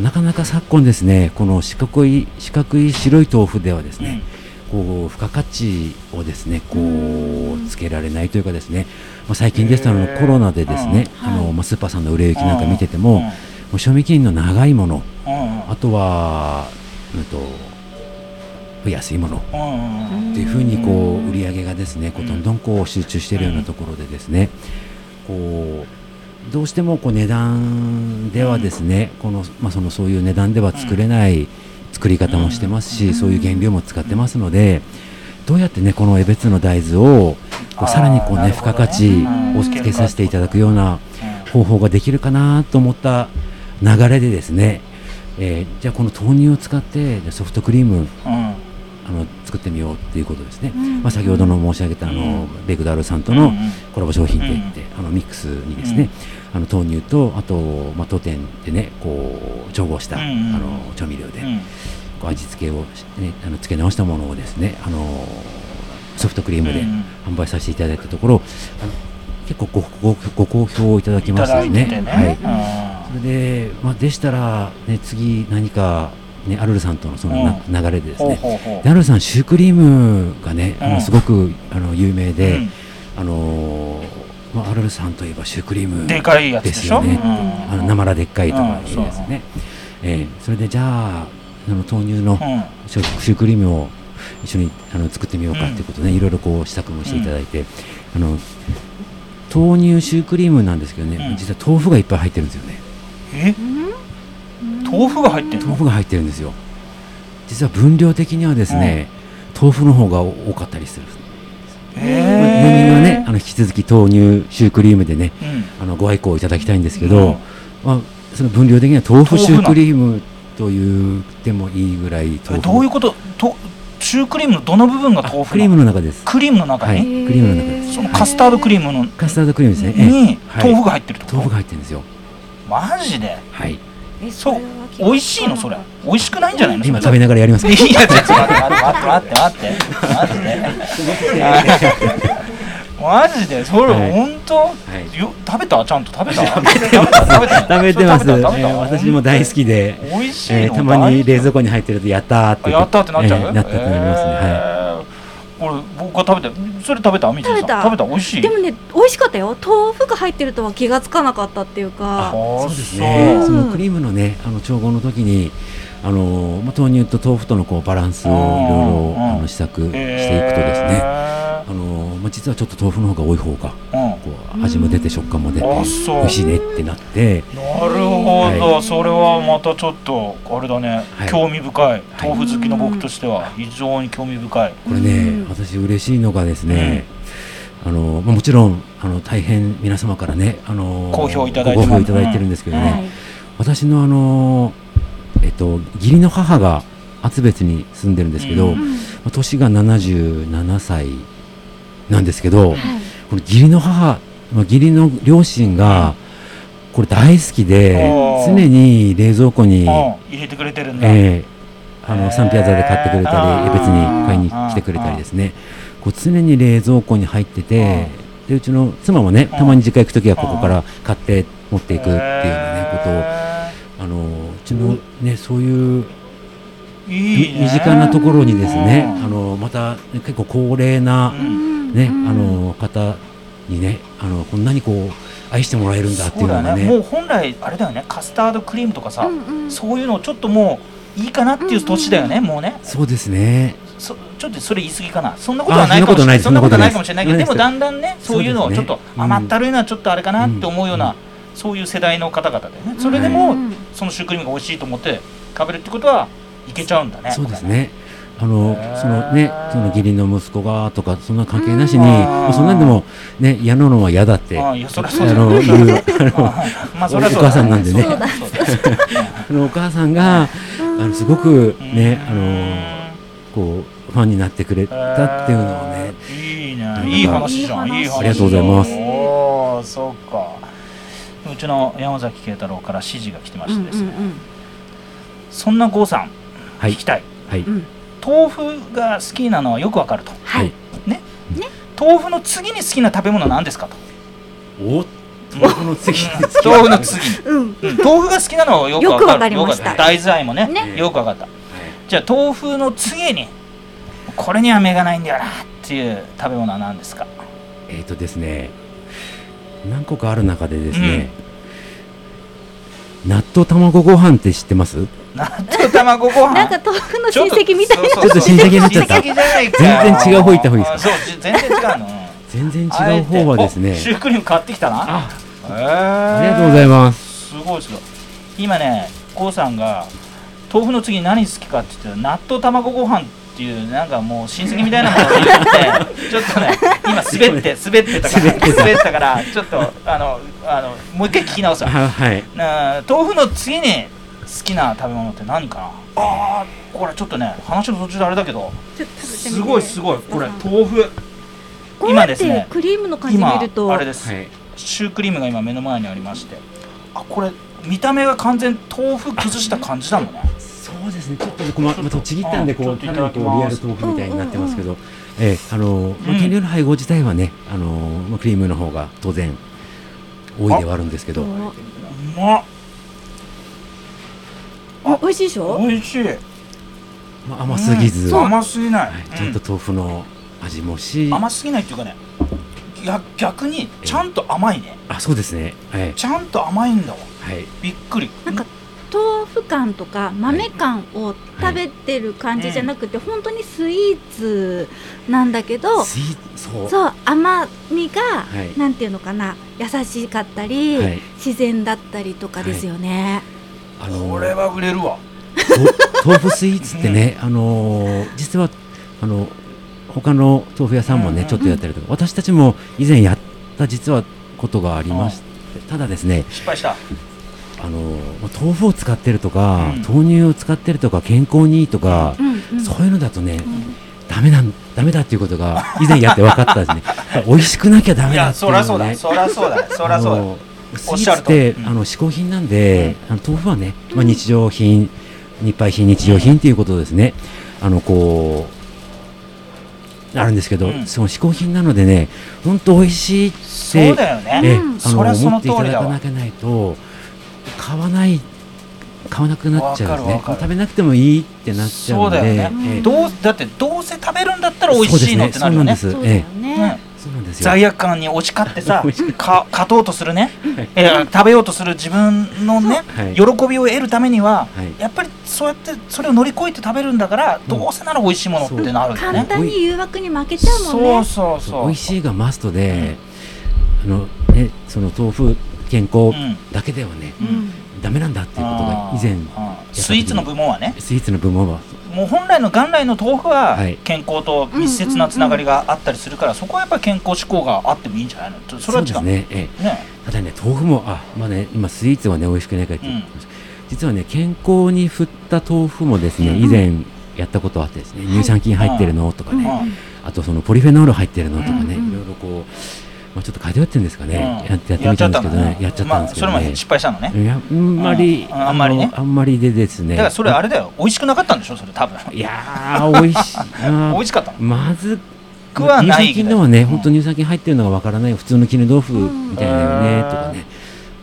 [SPEAKER 1] なかなか昨今ですねこの四角い四角い白い豆腐ではですね、こう付加価値をですねこ
[SPEAKER 3] う
[SPEAKER 1] うんつけられないというかですね、まあ、最近ですとあのコロナでですね、
[SPEAKER 3] うん
[SPEAKER 1] あ
[SPEAKER 3] は
[SPEAKER 1] の
[SPEAKER 3] い
[SPEAKER 1] まあスーパーさんの売れ行きなんか見てても、
[SPEAKER 2] うん
[SPEAKER 1] もう賞味期限の長いもの
[SPEAKER 2] うん
[SPEAKER 1] あとは、うん、と安いもの
[SPEAKER 2] うんうんうん
[SPEAKER 1] っていうふうにこう売り上げがですね
[SPEAKER 2] う
[SPEAKER 1] こうんどんどんこう集中しているようなところでですねこうどうしてもこう値段ではですねこのまあそのそういう値段では作れない作り方もしてます
[SPEAKER 3] うん
[SPEAKER 1] しそういう原料も使ってますのでどうやってねこの江別の大豆をこうさらにこう
[SPEAKER 2] あーな
[SPEAKER 1] ね
[SPEAKER 2] る
[SPEAKER 1] 付
[SPEAKER 2] ほど
[SPEAKER 1] 加
[SPEAKER 2] ね
[SPEAKER 1] 価値をつけさせていただくような方法ができるかなと思った流れでですねえーじゃあこの豆乳を使ってじゃあソフトクリーム
[SPEAKER 2] うんうん
[SPEAKER 1] あの作ってみようっていうことですね、
[SPEAKER 3] うん
[SPEAKER 1] まあ、先ほどの申し上げたあの、ベグダールさんと
[SPEAKER 2] うん
[SPEAKER 1] の
[SPEAKER 2] うん
[SPEAKER 1] コラボ商品でって、あのミックスにですね、あの豆乳とあと、まあ、当店でねこう調合した、
[SPEAKER 2] うんうん
[SPEAKER 1] あの調味料で、
[SPEAKER 2] うん
[SPEAKER 1] こう味付けをし、ね、あの付け直したものをですねあのソフトクリームで
[SPEAKER 2] うん
[SPEAKER 1] 販売させていただいたところ、あの結構ごごご好評をいただき
[SPEAKER 2] い
[SPEAKER 1] ま
[SPEAKER 2] た
[SPEAKER 1] した
[SPEAKER 2] だ
[SPEAKER 1] ね
[SPEAKER 2] いててね、
[SPEAKER 1] はい、
[SPEAKER 2] うん
[SPEAKER 1] それで、まあ、でしたら、ね、次何か、ね、アルルさんとのそのな、
[SPEAKER 2] う
[SPEAKER 1] 流れでです
[SPEAKER 2] ほう
[SPEAKER 1] ね
[SPEAKER 2] ほうほう
[SPEAKER 1] でアルさんシュークリームがね、あ
[SPEAKER 2] うん
[SPEAKER 1] のすごくあの有名で、
[SPEAKER 2] うん
[SPEAKER 1] あのーまあ、アルルさんといえばシュークリーム
[SPEAKER 2] でかいやつでしょ
[SPEAKER 1] ですよね
[SPEAKER 2] うん
[SPEAKER 1] あの生らでっかいとかいう
[SPEAKER 2] うん
[SPEAKER 1] ですね、ええそれでじゃああの豆乳の
[SPEAKER 2] うん
[SPEAKER 1] シュシュークリームを一緒にあの作ってみようかということで、いろいろこう試作もしていただいて、あの豆乳シュークリームなんですけどね、
[SPEAKER 2] うん
[SPEAKER 1] 実は豆腐がいっぱい入ってるんですよね
[SPEAKER 2] え
[SPEAKER 3] うん
[SPEAKER 2] 豆腐が入ってん
[SPEAKER 1] 豆
[SPEAKER 2] の
[SPEAKER 1] 腐が入ってるんですよ実は分量的にはですね、豆腐の方が多かったりするま
[SPEAKER 2] え
[SPEAKER 1] あネーミングは
[SPEAKER 2] え
[SPEAKER 1] ね、あの引き続き豆乳シュークリームでね、
[SPEAKER 2] うん
[SPEAKER 1] あのご愛好いただきたいんですけ
[SPEAKER 2] う
[SPEAKER 1] ど
[SPEAKER 2] ん、
[SPEAKER 1] まあその分量的には豆腐
[SPEAKER 2] 豆
[SPEAKER 1] シ
[SPEAKER 2] 腐な
[SPEAKER 1] ュークリームと言ってもいいぐらい
[SPEAKER 2] え
[SPEAKER 1] 豆腐。
[SPEAKER 2] どういうこととシュークリームのどの部分が
[SPEAKER 1] あ
[SPEAKER 2] 豆腐
[SPEAKER 1] クリームの中です。
[SPEAKER 2] クリームの中
[SPEAKER 1] は
[SPEAKER 2] に、
[SPEAKER 3] へ
[SPEAKER 1] い、
[SPEAKER 3] ー
[SPEAKER 1] クリームの中です。
[SPEAKER 2] そのカスタードクリームの
[SPEAKER 1] カスタードクリームですね。ええ
[SPEAKER 2] に
[SPEAKER 1] はい
[SPEAKER 2] 豆腐が入ってるってこと、
[SPEAKER 1] 豆腐が入ってるんですよ。
[SPEAKER 2] マジで
[SPEAKER 1] はい。
[SPEAKER 3] え
[SPEAKER 2] そう
[SPEAKER 3] れは気が
[SPEAKER 2] 美
[SPEAKER 3] つかなかった
[SPEAKER 2] 味しいのそれ美味しくないんじゃないの
[SPEAKER 1] 今食べながらやります
[SPEAKER 2] い。やちょっと待って待って待って待って待ってマジでそれ
[SPEAKER 1] はい
[SPEAKER 2] 本当、
[SPEAKER 1] い
[SPEAKER 2] よ食べたちゃんと食べた食べた食べた
[SPEAKER 1] 食べてます。
[SPEAKER 2] そ
[SPEAKER 1] え
[SPEAKER 2] れ食べた食べた
[SPEAKER 1] え私も大好きで、
[SPEAKER 2] 美味しいの、
[SPEAKER 1] ええたまに冷蔵庫に入ってるとやったーって
[SPEAKER 2] あやったってなっちゃう、
[SPEAKER 1] ええなったってなりますね。はい。
[SPEAKER 2] えー俺僕が食べてそれ食べたみちさん
[SPEAKER 3] 食べた
[SPEAKER 2] 食べた美味しい
[SPEAKER 3] でもね美味しかったよ豆腐が入ってるとは気がつかなかったっていう
[SPEAKER 2] あ
[SPEAKER 3] か
[SPEAKER 2] ー
[SPEAKER 1] そうです
[SPEAKER 2] そ
[SPEAKER 1] ね
[SPEAKER 2] う。
[SPEAKER 1] そのクリームのね、あの調合の時に。あのまあ、豆乳と豆腐とのこうバランスをいろいろ
[SPEAKER 2] うん
[SPEAKER 1] あの試作していくとですね、あのまあ、実はちょっと豆腐の方が多い方が
[SPEAKER 2] えーうん
[SPEAKER 1] こう味も出て食感も出て
[SPEAKER 2] あそう
[SPEAKER 1] 美味しいねってなって
[SPEAKER 2] なるほど、それはまたちょっとあれだね、
[SPEAKER 1] はい
[SPEAKER 2] 興味深い
[SPEAKER 1] はい
[SPEAKER 2] 豆腐好きの僕としては非常に興味深い、
[SPEAKER 1] これね、
[SPEAKER 3] うん
[SPEAKER 1] 私嬉しいのがですね、あのまあもちろんあの大変皆様からねあの
[SPEAKER 2] 好評いただいてます
[SPEAKER 1] ご好評いただいてるんですけどね、
[SPEAKER 3] はい
[SPEAKER 1] 私のあのえっと義理の母が厚別に住んでるんですけど、
[SPEAKER 2] うん
[SPEAKER 1] ま
[SPEAKER 3] うん
[SPEAKER 1] あ年が77歳なんですけど、
[SPEAKER 3] はい
[SPEAKER 1] この義理の母、まあ、義理の両親がこれ大好きで
[SPEAKER 2] おー
[SPEAKER 1] 常に冷蔵庫
[SPEAKER 2] う
[SPEAKER 1] に、
[SPEAKER 2] ん、入れてくれてるんだ、
[SPEAKER 1] えーあのサンピアザで買ってくれ
[SPEAKER 2] えー
[SPEAKER 1] たり別に買いに来てくれたりですねこう常に冷蔵庫に入っててでうちの妻も
[SPEAKER 2] う
[SPEAKER 1] ね
[SPEAKER 2] ん
[SPEAKER 1] たまに実家行く時はここから買って持っていくっていうようなねことを
[SPEAKER 2] へ
[SPEAKER 1] あのうちのねそういう
[SPEAKER 2] ーいいね
[SPEAKER 1] 身近なところにですね
[SPEAKER 2] うん
[SPEAKER 1] あのまた結構高齢な
[SPEAKER 2] う
[SPEAKER 1] ね、
[SPEAKER 3] うん
[SPEAKER 1] あの方にねあのこんなにこう愛してもらえるんだっていうの
[SPEAKER 2] そう
[SPEAKER 1] がね
[SPEAKER 2] だねもう本来あれだよねカスタードクリームとかさ、
[SPEAKER 3] うんうん
[SPEAKER 2] そういうのちょっともういいかなっていう年だよね、もうね
[SPEAKER 1] そうですね
[SPEAKER 2] そちょっとそれ言い過ぎかなそんなことは
[SPEAKER 1] あ
[SPEAKER 2] ないかもしれない
[SPEAKER 1] そ
[SPEAKER 2] そ
[SPEAKER 1] ん
[SPEAKER 2] ん
[SPEAKER 1] な
[SPEAKER 2] なこ
[SPEAKER 1] こ
[SPEAKER 2] ととな
[SPEAKER 1] な
[SPEAKER 2] いい
[SPEAKER 1] です
[SPEAKER 2] かもしれないけど
[SPEAKER 1] ない
[SPEAKER 2] で
[SPEAKER 1] です
[SPEAKER 2] もだんだんねそういうの
[SPEAKER 1] そう
[SPEAKER 2] を
[SPEAKER 1] で
[SPEAKER 2] ち
[SPEAKER 1] す
[SPEAKER 2] ょっ
[SPEAKER 1] ね
[SPEAKER 2] と
[SPEAKER 1] うん
[SPEAKER 2] 甘ったるいのはちょっとあれかなって思うよう
[SPEAKER 1] う
[SPEAKER 2] なんそういう世代の方々でねそれで
[SPEAKER 3] う
[SPEAKER 2] も
[SPEAKER 3] ん
[SPEAKER 2] そのシュークリームが美味しいと思って食べるってことはいけちゃうんだね
[SPEAKER 1] そうですねあの
[SPEAKER 2] へー
[SPEAKER 1] そのねその義理の息子がとかそんな関係なしに
[SPEAKER 3] うん
[SPEAKER 1] まあそんなんでもね嫌なのは嫌だって
[SPEAKER 2] あ
[SPEAKER 1] あ
[SPEAKER 2] あいやそりゃそうだよ
[SPEAKER 1] の
[SPEAKER 2] ね
[SPEAKER 1] 言うあの
[SPEAKER 2] ああ まあそりゃそう
[SPEAKER 1] お母さんなんでね
[SPEAKER 2] そうだそうだそうだ
[SPEAKER 1] あのお母さん があのすごくねあのこうファンになってくれたっていうのをね
[SPEAKER 2] いい
[SPEAKER 1] んか
[SPEAKER 2] ねいい話じゃんい
[SPEAKER 3] い
[SPEAKER 2] い
[SPEAKER 3] い
[SPEAKER 2] 話
[SPEAKER 3] 話
[SPEAKER 1] ありがとうございます
[SPEAKER 2] おおそうかうちの山崎慶太郎から指示が来てましてですね、
[SPEAKER 3] うん
[SPEAKER 2] そんな郷さん、
[SPEAKER 1] はい
[SPEAKER 2] 聞きたい
[SPEAKER 1] はい
[SPEAKER 3] うんうん
[SPEAKER 2] 豆腐が好きなのはよくわかると
[SPEAKER 3] はい
[SPEAKER 2] 豆腐の次に好きな食べ物は何ですかと
[SPEAKER 1] お豆腐の 次で
[SPEAKER 2] うん
[SPEAKER 1] す
[SPEAKER 2] 豆腐の次に、
[SPEAKER 3] うん
[SPEAKER 2] うん豆腐が好きなのはよくわかる
[SPEAKER 3] よくわかりました
[SPEAKER 2] よくわかる大豆愛もね
[SPEAKER 1] ね
[SPEAKER 2] よくわかったじゃあ豆腐の次にこれには目がないんだよなっていう食べ物は何 ですか
[SPEAKER 1] えっとですね何個かある中でですね納豆卵ご飯って知ってます
[SPEAKER 2] 納豆卵ご飯
[SPEAKER 3] なんか豆腐の親戚みたいな
[SPEAKER 1] ちょっと親戚になっちゃった
[SPEAKER 2] 親戚じゃないかよ
[SPEAKER 1] 全然違う方行った方がいいです
[SPEAKER 2] あそうじ全然違うのうん
[SPEAKER 1] 全然 違う方はで
[SPEAKER 2] あ
[SPEAKER 1] す
[SPEAKER 2] え
[SPEAKER 1] ね
[SPEAKER 2] ておシュークリーム買ってきたな
[SPEAKER 1] あ
[SPEAKER 2] あ
[SPEAKER 1] ありがとうございます
[SPEAKER 2] すごいすごい今ねこうさんが豆腐の次に何好きかって言って納豆卵ご飯っていうなんかもう親戚みたいなものを言 ってちょっとね今滑って滑ってたから滑ったからちょっとあのあのもう一回聞き直すわ
[SPEAKER 1] あはい
[SPEAKER 2] なあ豆腐の次に好きな食べ物って何かなあーこれちょっとね話の途中であれだけどすごいす
[SPEAKER 3] い
[SPEAKER 2] ごいこれ
[SPEAKER 3] うん
[SPEAKER 2] 豆腐
[SPEAKER 3] こうや
[SPEAKER 2] 今
[SPEAKER 3] っ
[SPEAKER 2] です
[SPEAKER 3] て
[SPEAKER 2] ね
[SPEAKER 3] クリームの感じ
[SPEAKER 2] 今
[SPEAKER 3] 見ると
[SPEAKER 2] あれです、
[SPEAKER 1] はい
[SPEAKER 2] シュークリームが今目の前にありましてあこれ見た目が完全豆腐崩した感じだもんね
[SPEAKER 1] そうですね、ちょっとこう、ま、まあ、とちぎったんで、こ
[SPEAKER 2] ちょ
[SPEAKER 1] う、
[SPEAKER 2] っと
[SPEAKER 1] か
[SPEAKER 2] いた
[SPEAKER 1] な
[SPEAKER 2] だ
[SPEAKER 1] り
[SPEAKER 2] き
[SPEAKER 1] こう、
[SPEAKER 2] ます
[SPEAKER 1] リアル豆腐みたいになってますけど。ええあの、ま
[SPEAKER 2] うん
[SPEAKER 1] あ、原料の配合自体はね、あの、まあ、クリームの方が当然。多いではあるんですけど、
[SPEAKER 2] うまっ
[SPEAKER 3] お美味しいでしょ
[SPEAKER 2] 美味しい
[SPEAKER 1] まあ、甘すぎず。
[SPEAKER 2] うん
[SPEAKER 1] は
[SPEAKER 2] 甘すぎない、
[SPEAKER 1] い、ちゃんと豆腐の味も
[SPEAKER 2] う
[SPEAKER 1] し
[SPEAKER 2] ん。甘すぎないっていうかねや逆にちゃんと甘いね
[SPEAKER 1] あ、そうですね。はい。
[SPEAKER 2] ちゃんと甘いんだわ
[SPEAKER 1] はい。
[SPEAKER 2] びっくり
[SPEAKER 3] なんか豆腐感とか豆感を食べてる感じじゃなくて、本当にスイーツなんだけど、
[SPEAKER 1] スイーツ。そう。は
[SPEAKER 3] そう甘みが、
[SPEAKER 1] い
[SPEAKER 3] なんていうのかな優しかったり、
[SPEAKER 1] い。
[SPEAKER 3] 自然だったりとかですよね。
[SPEAKER 1] あ
[SPEAKER 2] これ
[SPEAKER 1] の、
[SPEAKER 2] は売れるわ
[SPEAKER 1] と豆腐スイーツってね、あの、実は、あの。他の豆腐屋さん
[SPEAKER 2] うん
[SPEAKER 1] も
[SPEAKER 2] うん
[SPEAKER 1] ね、
[SPEAKER 2] うん
[SPEAKER 1] ちょっとやったりとか、私たちも以前やった、実は、ことがありまして、ただですね。
[SPEAKER 2] 失敗した
[SPEAKER 1] あのまあ豆腐を使ってるとか、
[SPEAKER 2] うん
[SPEAKER 1] 豆乳を使ってるとか健康にいいとか、
[SPEAKER 3] うんうん
[SPEAKER 1] そういうのだとね、
[SPEAKER 3] うん
[SPEAKER 1] ダメなんダメだっていうことが以前やって分かったんですね やっぱ美味しくなきゃダ
[SPEAKER 2] い
[SPEAKER 1] メだ
[SPEAKER 2] や
[SPEAKER 1] ってい
[SPEAKER 2] そうら
[SPEAKER 1] の
[SPEAKER 2] そう
[SPEAKER 1] がね
[SPEAKER 2] だそらそうだそらそうだ
[SPEAKER 1] あのスイ
[SPEAKER 2] おっしゃ
[SPEAKER 1] ーツ
[SPEAKER 2] る
[SPEAKER 1] っ
[SPEAKER 2] とり
[SPEAKER 1] て、
[SPEAKER 2] うん
[SPEAKER 1] あの嗜好品なんで、あの豆腐はね、まあ、日常品、日配品日用品っていうことですねあのこうあるんですけど、
[SPEAKER 2] うん
[SPEAKER 1] その嗜好品なのでね本当美味しいって
[SPEAKER 2] そうだよね
[SPEAKER 1] ええ
[SPEAKER 3] うん
[SPEAKER 1] あの
[SPEAKER 2] そりゃそ
[SPEAKER 1] 持
[SPEAKER 2] の
[SPEAKER 1] って
[SPEAKER 2] 通
[SPEAKER 1] いた
[SPEAKER 2] り
[SPEAKER 1] だ
[SPEAKER 2] だ
[SPEAKER 1] か
[SPEAKER 2] わ
[SPEAKER 1] なきゃないと買わない買わなくなっちゃうんで
[SPEAKER 2] わ
[SPEAKER 1] す
[SPEAKER 2] かる
[SPEAKER 1] ね
[SPEAKER 2] わかる
[SPEAKER 1] 食べなくてもいいってなっちゃう
[SPEAKER 2] そ
[SPEAKER 1] の
[SPEAKER 2] う
[SPEAKER 1] で
[SPEAKER 2] だよね
[SPEAKER 3] ええ
[SPEAKER 2] どうだってどうせ食べるんだったら美味しいのってなるよね
[SPEAKER 1] そう
[SPEAKER 3] そうだ
[SPEAKER 1] え
[SPEAKER 3] よね。
[SPEAKER 1] えそうなんですよ
[SPEAKER 2] 罪悪感に押し勝ってさ
[SPEAKER 1] 美味し
[SPEAKER 2] か勝とうとするね、えー食べようとする自分のね
[SPEAKER 1] はい
[SPEAKER 2] 喜びを得るためには、
[SPEAKER 1] はい
[SPEAKER 2] やっぱりそうやってそれを乗り越えて食べるんだから、どうせなら美味しいものってなるよ
[SPEAKER 3] 簡
[SPEAKER 2] ね。
[SPEAKER 3] 単に誘惑に負けちゃうもん
[SPEAKER 2] そう
[SPEAKER 3] ね。
[SPEAKER 2] そう
[SPEAKER 1] そう
[SPEAKER 2] そ
[SPEAKER 1] 美
[SPEAKER 2] う
[SPEAKER 1] 味。しいがマストで、あのね、その豆腐健康
[SPEAKER 2] うん
[SPEAKER 1] だけではね、
[SPEAKER 2] うん
[SPEAKER 1] ダメなんだっていうことが以前
[SPEAKER 2] あースイーツの部門はね
[SPEAKER 1] スイーツの部門は
[SPEAKER 2] もう本来の元来の豆腐は
[SPEAKER 1] はい
[SPEAKER 2] 健康と密接なつながりがあったりするから、そこはやっぱり健康志向があってもいいんじゃないのちょそれは違う
[SPEAKER 1] うですね、え
[SPEAKER 2] ね
[SPEAKER 1] え、ただね豆腐もあまあね今スイーツはね美味しくないからって言ってました、実はね健康に振った豆腐もですね、
[SPEAKER 2] うん
[SPEAKER 1] 以前やったことあってですね、
[SPEAKER 3] はい
[SPEAKER 1] 乳酸菌入ってるのとかね、
[SPEAKER 2] うん
[SPEAKER 1] あとそのポリフェノール入ってるのとかね、
[SPEAKER 3] うん
[SPEAKER 1] いろいろこう、まあ、ちょっと偏ってるんですかね、
[SPEAKER 2] うん
[SPEAKER 1] やってやってみたんですけどねやっちゃったんですけど
[SPEAKER 2] まあ、それ
[SPEAKER 1] ね
[SPEAKER 2] も、失敗したのね
[SPEAKER 1] いやあんまり、
[SPEAKER 2] うんあんまりね
[SPEAKER 1] のあんまりでですね
[SPEAKER 2] だからそれあれだよ美味しくなかったんでしょそれ多分
[SPEAKER 1] いやー美味しい
[SPEAKER 2] 美 味
[SPEAKER 1] な
[SPEAKER 2] しかったの
[SPEAKER 1] まず
[SPEAKER 2] くはない
[SPEAKER 1] 乳酸菌のはね、
[SPEAKER 2] うん
[SPEAKER 1] 本当乳酸菌入ってるのがわからない普通の絹豆腐みたいなよね、
[SPEAKER 2] うん
[SPEAKER 1] とかね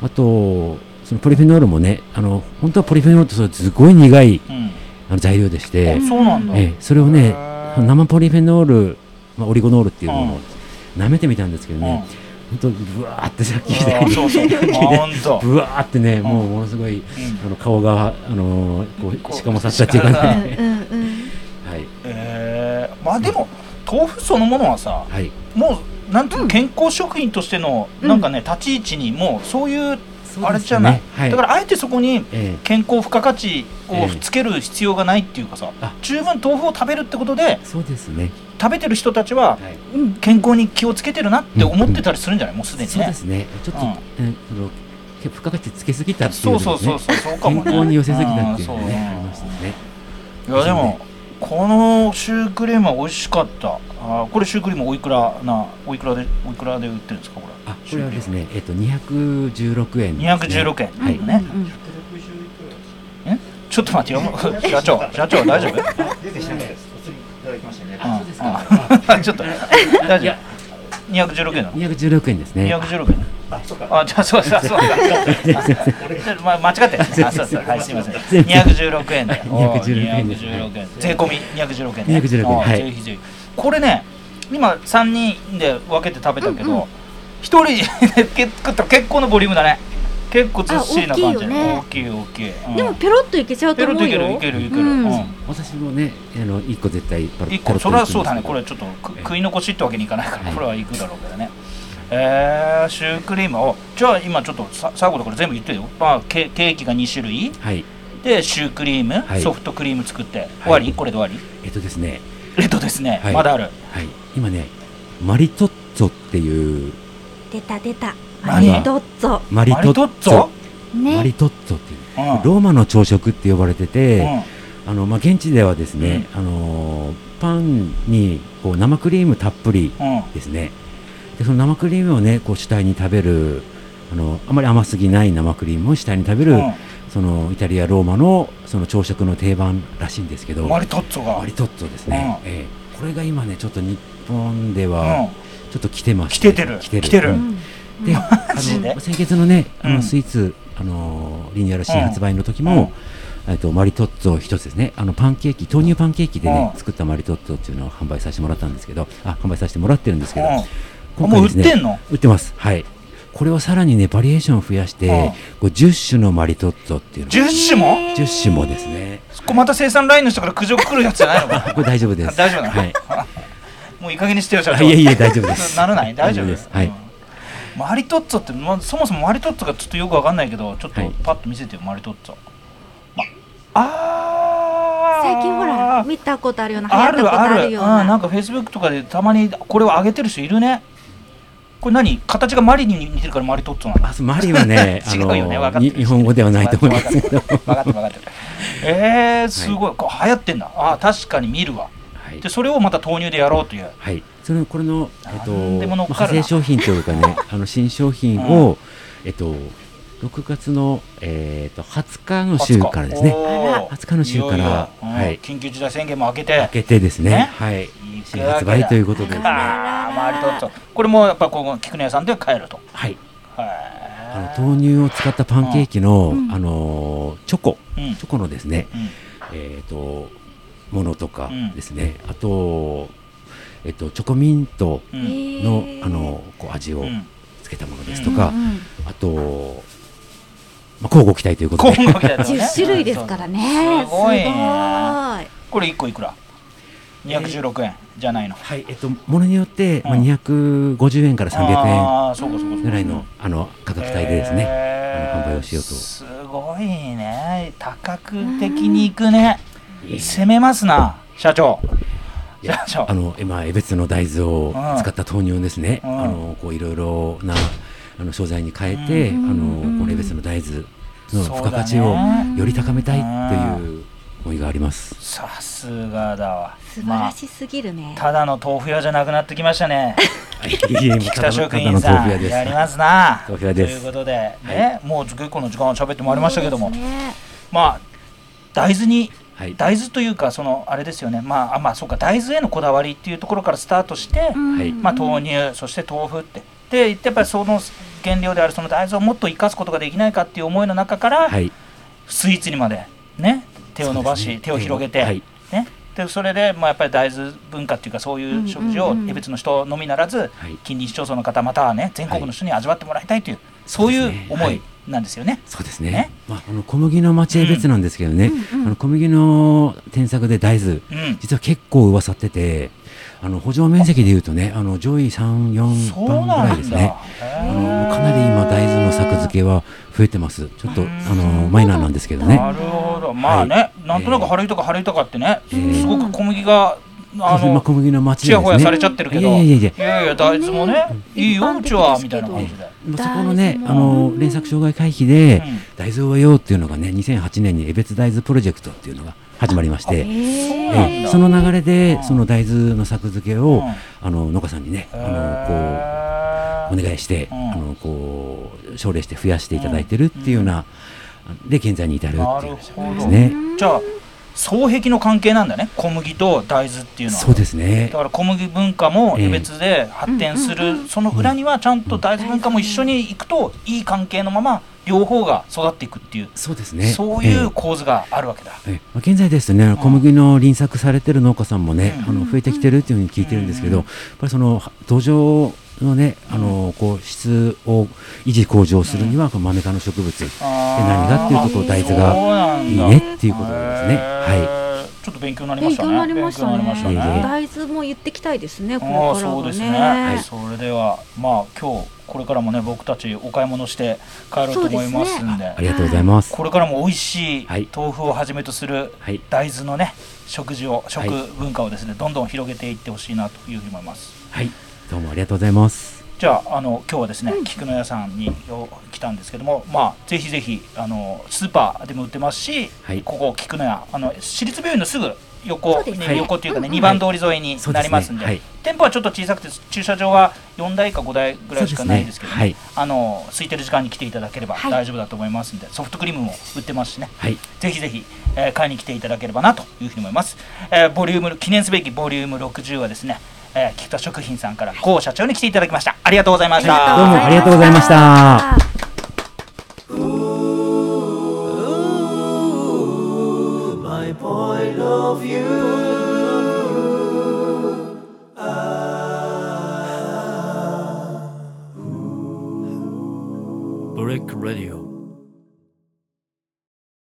[SPEAKER 1] あとそのポリフェノールもねあの本当はポリフェノールってそれすごい苦い
[SPEAKER 2] うん
[SPEAKER 1] あの材料でして、
[SPEAKER 2] あそうなんだ、
[SPEAKER 1] ええそれを
[SPEAKER 2] へ
[SPEAKER 1] ね
[SPEAKER 2] ー
[SPEAKER 1] 生ポリフェノール、まあ、オリゴノールっていうの
[SPEAKER 2] う
[SPEAKER 1] を舐めてみたんですけど
[SPEAKER 2] うん
[SPEAKER 1] ね、本当ブワーってさっきみた
[SPEAKER 2] あ
[SPEAKER 1] い
[SPEAKER 2] ー
[SPEAKER 1] に
[SPEAKER 2] そうそうあ本当
[SPEAKER 1] ブワーってね、
[SPEAKER 2] ん
[SPEAKER 1] もうものすご
[SPEAKER 2] う
[SPEAKER 1] い
[SPEAKER 2] ん
[SPEAKER 1] あの顔があのーこ
[SPEAKER 2] こ
[SPEAKER 1] う
[SPEAKER 2] う
[SPEAKER 1] しかもさったっていうか
[SPEAKER 2] 鹿が
[SPEAKER 1] ね、
[SPEAKER 3] うんうん
[SPEAKER 1] はい
[SPEAKER 2] えーまあでも豆腐そのものはさ
[SPEAKER 1] はい
[SPEAKER 2] もうなんていうの健康食品としての
[SPEAKER 3] うん
[SPEAKER 2] なんかね立ち位置にもうそういうあれじゃ
[SPEAKER 1] ね
[SPEAKER 2] ない、
[SPEAKER 1] はい
[SPEAKER 2] だからあえてそこに
[SPEAKER 1] え
[SPEAKER 2] 健康付加価値を
[SPEAKER 1] ええ
[SPEAKER 2] つける必要がないっていうかさ、
[SPEAKER 1] あ
[SPEAKER 2] 十分豆腐を食べるってことで
[SPEAKER 1] えそうですね、
[SPEAKER 2] 食べてる人たちは
[SPEAKER 1] は
[SPEAKER 3] う
[SPEAKER 1] い
[SPEAKER 3] ん
[SPEAKER 2] 健康に気をつけてるなって思ってたりするんじゃない、もうすでに
[SPEAKER 1] そうで
[SPEAKER 2] ね
[SPEAKER 1] すねちょっと、
[SPEAKER 2] うん
[SPEAKER 1] えその付加価値つけすぎたっていう
[SPEAKER 2] そ
[SPEAKER 1] の
[SPEAKER 2] う
[SPEAKER 1] がね
[SPEAKER 2] そうそうそうそうかもね
[SPEAKER 1] 健康に寄せすぎたっていうのがね
[SPEAKER 2] うん
[SPEAKER 1] ありましたね
[SPEAKER 2] そういやでもこのシュークリームは美味しかったあーこれシュークリームおいくらなおいくらでおいくらで売ってるんですかこれ
[SPEAKER 1] あこれはですねえっと216円ですね
[SPEAKER 2] 216円、
[SPEAKER 1] はい
[SPEAKER 2] ね、ちょっと待ってよ社長社長大丈夫
[SPEAKER 4] 出てきてないです。お釣りいただきましたね。
[SPEAKER 2] うん
[SPEAKER 1] そうですか
[SPEAKER 2] うん ちょっと大
[SPEAKER 1] い
[SPEAKER 2] 丈
[SPEAKER 1] や
[SPEAKER 2] 夫216円なの
[SPEAKER 1] 216円ですね
[SPEAKER 2] 216円
[SPEAKER 4] あ、そうか。
[SPEAKER 2] あじゃあそうそう そうそうま間違ってますねあそうそうはいすみません216円でおー
[SPEAKER 1] 216円です
[SPEAKER 2] 216円税込み216円ね
[SPEAKER 1] 216円
[SPEAKER 2] おー
[SPEAKER 1] はい
[SPEAKER 2] ぜひぜひこれね今3人で分けて食べたけ
[SPEAKER 3] うんうん
[SPEAKER 2] ど一人で結食ったら結構のボリュームだね結構ずっしりな感じ
[SPEAKER 3] あ大きいよね
[SPEAKER 2] 大きい大きいうん
[SPEAKER 3] でもペロッといけちゃうと
[SPEAKER 2] ペロ
[SPEAKER 3] 思
[SPEAKER 2] ッ
[SPEAKER 3] う
[SPEAKER 2] と
[SPEAKER 3] よ
[SPEAKER 2] いけるいけるいける
[SPEAKER 3] う
[SPEAKER 2] うん
[SPEAKER 3] ん
[SPEAKER 1] 私もねあの一個絶対パロ
[SPEAKER 2] 一個
[SPEAKER 1] パロッと
[SPEAKER 2] それはそうだね
[SPEAKER 1] い
[SPEAKER 2] こ
[SPEAKER 1] くん
[SPEAKER 2] れ
[SPEAKER 1] で
[SPEAKER 2] ちょっとく
[SPEAKER 1] ええ
[SPEAKER 2] 食い残しってわけにいかないから
[SPEAKER 1] はい
[SPEAKER 2] これはいくだろうけどねえー、シュークリームをじゃあ今ちょっとさ最後だから全部言ってよ、まあ、ケケーキが2種類
[SPEAKER 1] すけどはい
[SPEAKER 2] でシュークリーム、
[SPEAKER 1] はい
[SPEAKER 2] ソフトクリーム作って終わり、
[SPEAKER 1] はい
[SPEAKER 2] これで終わ
[SPEAKER 1] えっとですね
[SPEAKER 2] りえっとですね、
[SPEAKER 1] はい
[SPEAKER 2] まだある
[SPEAKER 1] はい今ねマリトッツォっていう
[SPEAKER 3] 出た出たマ
[SPEAKER 2] 何
[SPEAKER 3] リトッツォ
[SPEAKER 1] マリ
[SPEAKER 2] マリ
[SPEAKER 1] ト
[SPEAKER 2] トッ
[SPEAKER 1] ッツ
[SPEAKER 2] ツォ
[SPEAKER 1] ォ、マリ
[SPEAKER 3] ね
[SPEAKER 1] トッツォっていう
[SPEAKER 2] うん
[SPEAKER 1] ローマの朝食って呼ばれてて、
[SPEAKER 2] うん
[SPEAKER 1] あのまあ、現地ではですね、あのーパンにこう生クリームたっぷり
[SPEAKER 2] うん
[SPEAKER 1] ですねでその生クリームをねこう主体に食べるあのあまり甘すぎない生クリームを主体に食べる、そのイタリアローマのその朝食の定番らしいんですけ
[SPEAKER 2] う
[SPEAKER 1] ど
[SPEAKER 2] んマリトッツォが
[SPEAKER 1] マリトッツォですね、ええこれが今ねちょっと日本で
[SPEAKER 2] う
[SPEAKER 1] は
[SPEAKER 2] ん
[SPEAKER 1] ちょっと来てます、
[SPEAKER 2] 来ててる
[SPEAKER 1] 来てる
[SPEAKER 2] 来てる
[SPEAKER 1] う
[SPEAKER 3] うんん
[SPEAKER 1] であ
[SPEAKER 2] ジで
[SPEAKER 1] の先月のねあ
[SPEAKER 2] う
[SPEAKER 1] の
[SPEAKER 2] ん
[SPEAKER 1] スイーツ、あのーリニューアル新発売の時
[SPEAKER 2] うん
[SPEAKER 1] も、えっとマリトッツォ一つですねあのパンケーキ豆乳パンケーキでね、
[SPEAKER 2] うん
[SPEAKER 1] 作ったマリトッツォっていうのを販売させてもらったんですけどあ販売させてもらってるんですけど、
[SPEAKER 2] うん、
[SPEAKER 1] 今
[SPEAKER 2] も
[SPEAKER 1] 回
[SPEAKER 2] う売
[SPEAKER 1] で
[SPEAKER 2] っ
[SPEAKER 1] すね
[SPEAKER 2] てんの
[SPEAKER 1] 売ってますはいこれをさらにねバリエーションを増やして、
[SPEAKER 2] うん
[SPEAKER 1] こう10種のマリトッツォっていうのが
[SPEAKER 2] 10種も
[SPEAKER 1] 10種もですね
[SPEAKER 2] そこまた生産ラインの人から苦情来るやつじゃないのか
[SPEAKER 1] これ大丈夫です
[SPEAKER 2] あ大丈夫なの
[SPEAKER 1] はい
[SPEAKER 2] もういい加減にしてよ社
[SPEAKER 1] あ
[SPEAKER 2] 長
[SPEAKER 1] いえいえ大丈夫で す
[SPEAKER 2] なならない大丈夫
[SPEAKER 1] ですはい、
[SPEAKER 2] うんマリトッツォって、まあ、そもそもマリトッツォがちょっとよくわかんないけどちょっと
[SPEAKER 1] はい
[SPEAKER 2] パッと見せてよ、マリトッツォ、まああー
[SPEAKER 3] 最近ほら見たことあるような流行
[SPEAKER 2] あ
[SPEAKER 3] ったこ
[SPEAKER 2] る
[SPEAKER 3] と
[SPEAKER 2] あ
[SPEAKER 3] あ
[SPEAKER 2] る
[SPEAKER 3] るよう
[SPEAKER 2] うん、なん
[SPEAKER 3] な
[SPEAKER 2] かフェイスブックとかでたまにこれを上げてる人いるねこれ何形がマリに似てるからマリトッツォなの
[SPEAKER 1] あそうマリは ね
[SPEAKER 2] 違うよね分かって
[SPEAKER 1] に
[SPEAKER 2] る
[SPEAKER 1] 日本語ではないと思いますけど、
[SPEAKER 2] 分かってる分かってるえー、すごい、こう流行ってんだあー確かに見るわ
[SPEAKER 1] はい
[SPEAKER 2] で、それをまた豆乳でやろうという
[SPEAKER 1] はい、それこれの、えっと、
[SPEAKER 2] なんでも乗
[SPEAKER 1] まあ
[SPEAKER 2] っか
[SPEAKER 1] 派
[SPEAKER 2] るな
[SPEAKER 1] 生商品というか ね、あの新商品を、えっと、6月の、えっと、20日の週からですね、
[SPEAKER 2] 20
[SPEAKER 1] 20日の週から
[SPEAKER 2] は
[SPEAKER 1] はいい、
[SPEAKER 2] 緊急事態宣言も明けて
[SPEAKER 1] 開けてですね、
[SPEAKER 2] ね
[SPEAKER 1] はい
[SPEAKER 2] い、くわけ
[SPEAKER 1] 新
[SPEAKER 2] だ
[SPEAKER 1] 発売ということでですね、は
[SPEAKER 2] あーマリトッツォこれもやっぱここ菊根屋さんでは買えると
[SPEAKER 1] い、あ
[SPEAKER 2] あ
[SPEAKER 1] の豆乳を使ったパンケーキの、
[SPEAKER 3] うん
[SPEAKER 1] あのチョコ、
[SPEAKER 2] うん
[SPEAKER 1] チョコのですね、
[SPEAKER 2] うん
[SPEAKER 1] えっと、ものとか
[SPEAKER 2] うん
[SPEAKER 1] ですね、あと、えっと、チョコミント
[SPEAKER 2] う
[SPEAKER 3] へ
[SPEAKER 2] ん
[SPEAKER 3] ー
[SPEAKER 1] の、あの、こう味を
[SPEAKER 2] うん
[SPEAKER 1] つけたものですとか
[SPEAKER 3] うん、うん
[SPEAKER 1] あと、まあ、交互期待ということ
[SPEAKER 2] 今後み
[SPEAKER 1] で、
[SPEAKER 2] たいなね
[SPEAKER 3] 10種類ですから
[SPEAKER 2] す
[SPEAKER 3] ね
[SPEAKER 2] ごいね
[SPEAKER 3] すごい
[SPEAKER 2] これ一個いくら216円じゃないの。
[SPEAKER 1] はい、えっと、ものによって、まあ、
[SPEAKER 2] うん
[SPEAKER 1] 250円から300
[SPEAKER 2] ああ、そうかそうかそう
[SPEAKER 1] 円
[SPEAKER 2] か。
[SPEAKER 1] ぐらいのあの価格帯でですね、
[SPEAKER 2] へー
[SPEAKER 1] あの販売をしようと
[SPEAKER 2] すごいね多角的にいくね攻めますな社長
[SPEAKER 1] いや
[SPEAKER 2] 社長
[SPEAKER 1] あの今江別の大豆を使った豆乳ですね、
[SPEAKER 2] うん
[SPEAKER 1] あのこういろいろなあの商材に変えて、
[SPEAKER 3] うん
[SPEAKER 1] あ
[SPEAKER 3] うん
[SPEAKER 1] のこの江別の大豆の
[SPEAKER 2] そう
[SPEAKER 1] 付
[SPEAKER 2] だね
[SPEAKER 1] 加価値をより高めたいという思いがあります。
[SPEAKER 2] さすがだわ
[SPEAKER 3] 素晴らしすぎるね、
[SPEAKER 2] ただの豆腐屋じゃなくなってきました ね
[SPEAKER 1] 菊
[SPEAKER 2] 北食品さん
[SPEAKER 1] 豆腐屋です
[SPEAKER 2] やりますな
[SPEAKER 1] 豆腐屋です
[SPEAKER 2] ということで、ねもう結構の時間を喋ってまいりましたけども、
[SPEAKER 3] そうですね
[SPEAKER 2] まあ大豆に
[SPEAKER 1] はい、
[SPEAKER 2] 大豆というかそのあれですよねまああまあそうか大豆へのこだわりっていうところからスタートして、
[SPEAKER 1] はい
[SPEAKER 2] まあ、豆乳そして豆腐ってでやっぱりその原料であるその大豆をもっと生かすことができないかっていう思いの中から、
[SPEAKER 1] はい、
[SPEAKER 2] スイーツにまでね手を伸ばし、
[SPEAKER 1] そうですね
[SPEAKER 2] 手を広げて、
[SPEAKER 1] はい
[SPEAKER 2] ね、でそれで、まあ、やっぱり大豆文化っていうかそういう食事
[SPEAKER 3] うん
[SPEAKER 2] を
[SPEAKER 3] うんうん
[SPEAKER 2] 江別の人のみならず、
[SPEAKER 1] い
[SPEAKER 2] 近隣市町村の方またはね全国の人に味わってもらいたいという、そう
[SPEAKER 1] そう
[SPEAKER 2] い
[SPEAKER 1] です
[SPEAKER 2] う
[SPEAKER 1] ね
[SPEAKER 2] 思
[SPEAKER 1] はいい
[SPEAKER 2] なんですよね。
[SPEAKER 1] そうですね。
[SPEAKER 2] ね
[SPEAKER 1] まああの小麦の町江別なんですけどね、
[SPEAKER 3] うんうん
[SPEAKER 1] あの小麦の添削で大豆、
[SPEAKER 2] うん
[SPEAKER 1] 実は結構噂ってて、あの補助面積でいうとね、あの上位3、
[SPEAKER 2] そ
[SPEAKER 1] 4
[SPEAKER 2] う
[SPEAKER 1] 番ぐ
[SPEAKER 2] な
[SPEAKER 1] らい
[SPEAKER 2] ん
[SPEAKER 1] です
[SPEAKER 2] だ、
[SPEAKER 1] ね。あのもうかなり今大豆の作付けは増えてます。ちょっと
[SPEAKER 2] うん
[SPEAKER 1] あのマイナーなんですけどね。
[SPEAKER 2] なるほどまあね、なんとなく春豊か春豊かってね、
[SPEAKER 1] えー
[SPEAKER 2] すごく小麦があの、
[SPEAKER 1] 今小麦の町
[SPEAKER 2] ち
[SPEAKER 1] で
[SPEAKER 2] や
[SPEAKER 1] です
[SPEAKER 2] ほ
[SPEAKER 1] ね。
[SPEAKER 2] やされちゃってるけど、
[SPEAKER 1] いやいやいやい
[SPEAKER 2] いやいや大豆もね、いいよ、うちは、みたいな感じで。
[SPEAKER 1] や。そこのね、
[SPEAKER 3] 大
[SPEAKER 1] あ
[SPEAKER 3] 豆も
[SPEAKER 1] の連作障害回避で
[SPEAKER 2] うん
[SPEAKER 1] 大豆を得ようっていうのがね、2008年に江別大豆プロジェクトっていうのが始まりまし
[SPEAKER 3] え
[SPEAKER 2] そ
[SPEAKER 1] て。
[SPEAKER 2] うなんだ
[SPEAKER 1] ええその流れ
[SPEAKER 2] う
[SPEAKER 1] で
[SPEAKER 2] ん
[SPEAKER 1] その大豆の作付け
[SPEAKER 2] う
[SPEAKER 1] を
[SPEAKER 2] ん
[SPEAKER 1] あの農家さんにねあのこうお願いして
[SPEAKER 2] う
[SPEAKER 1] あ
[SPEAKER 2] ん
[SPEAKER 1] のこう奨励して増やしていただいてるっていうようなで現在に至るっていう状況です
[SPEAKER 2] な
[SPEAKER 1] ね。
[SPEAKER 2] じゃあ、双璧の関係なんだね、小麦と大豆っていうのは。
[SPEAKER 1] そうですね
[SPEAKER 2] だ。から小麦文化も
[SPEAKER 1] ええ
[SPEAKER 2] 別で発展す
[SPEAKER 3] うんうんう
[SPEAKER 2] る、その裏にはちゃんと大豆文化も一緒に行くと、いい関係のまま両方が育っていくっていう、
[SPEAKER 1] そうですね。
[SPEAKER 2] そう
[SPEAKER 1] ええ
[SPEAKER 2] いう構図があるわけだ。
[SPEAKER 1] ええまあ現在ですね、小麦の輪作されてる農家さんもね、
[SPEAKER 2] う
[SPEAKER 1] あの増えてきてるっていうふうに聞いてるんですけ
[SPEAKER 2] う
[SPEAKER 1] ど、
[SPEAKER 2] ん
[SPEAKER 1] やっぱりその土壌のね、あのこう質を維持向上するには、このマメ科の植物、
[SPEAKER 2] 何
[SPEAKER 1] 何がっていうとこ
[SPEAKER 3] ろ大豆が
[SPEAKER 1] いいねっていうことなんですね。はい。
[SPEAKER 2] い。ちょっと勉強になりま
[SPEAKER 3] 勉
[SPEAKER 2] した
[SPEAKER 3] 強
[SPEAKER 2] ね。
[SPEAKER 3] になりましたね
[SPEAKER 2] 勉強になりました
[SPEAKER 1] ええ
[SPEAKER 3] 大豆も言ってきたいですねこれ
[SPEAKER 2] ああ
[SPEAKER 3] から
[SPEAKER 2] そう
[SPEAKER 3] も
[SPEAKER 2] です
[SPEAKER 3] ね
[SPEAKER 2] ね、それではまあ今日これからもね僕たちお買い物して帰ろうと思いますんで
[SPEAKER 1] ありがとうございます。
[SPEAKER 2] これからも美味しい
[SPEAKER 1] はい
[SPEAKER 2] 豆腐をはじめとする
[SPEAKER 1] はい。
[SPEAKER 2] 大豆のね食事を食
[SPEAKER 1] い
[SPEAKER 2] 文化をですね、どんどん広げていってほしいなというふうに思います
[SPEAKER 1] はい。どうもありがとうございます。
[SPEAKER 2] じゃああの今日はですね、菊の屋さんによ来たんですけどもまあぜひぜひあのスーパーでも売ってますし、
[SPEAKER 1] はい
[SPEAKER 2] ここ菊の屋あの私立病院のすぐ横
[SPEAKER 3] そうです
[SPEAKER 2] に、
[SPEAKER 3] ね
[SPEAKER 2] ね、横っていうかね、
[SPEAKER 3] はい
[SPEAKER 2] 2番通り沿いになりますんで
[SPEAKER 1] そうですね
[SPEAKER 2] 店舗はちょっと小さくて駐車場は4台か5台ぐらいしかないですけど、ね
[SPEAKER 1] そうですね
[SPEAKER 2] あの空いてる時間に来ていただければ
[SPEAKER 3] はい
[SPEAKER 2] 大丈夫だと思いますんで、ソフトクリームも売ってますしね
[SPEAKER 1] はい。
[SPEAKER 2] ぜひぜひ、えー買いに来ていただければなというふうに思います、えーボリューム記念すべきボリューム60はですね、えー菊田食品さんから郷社長に来ていただきましたありがとうございました
[SPEAKER 1] どうもありがとうございました。
[SPEAKER 5] my point of view. Ah. Brick Radio.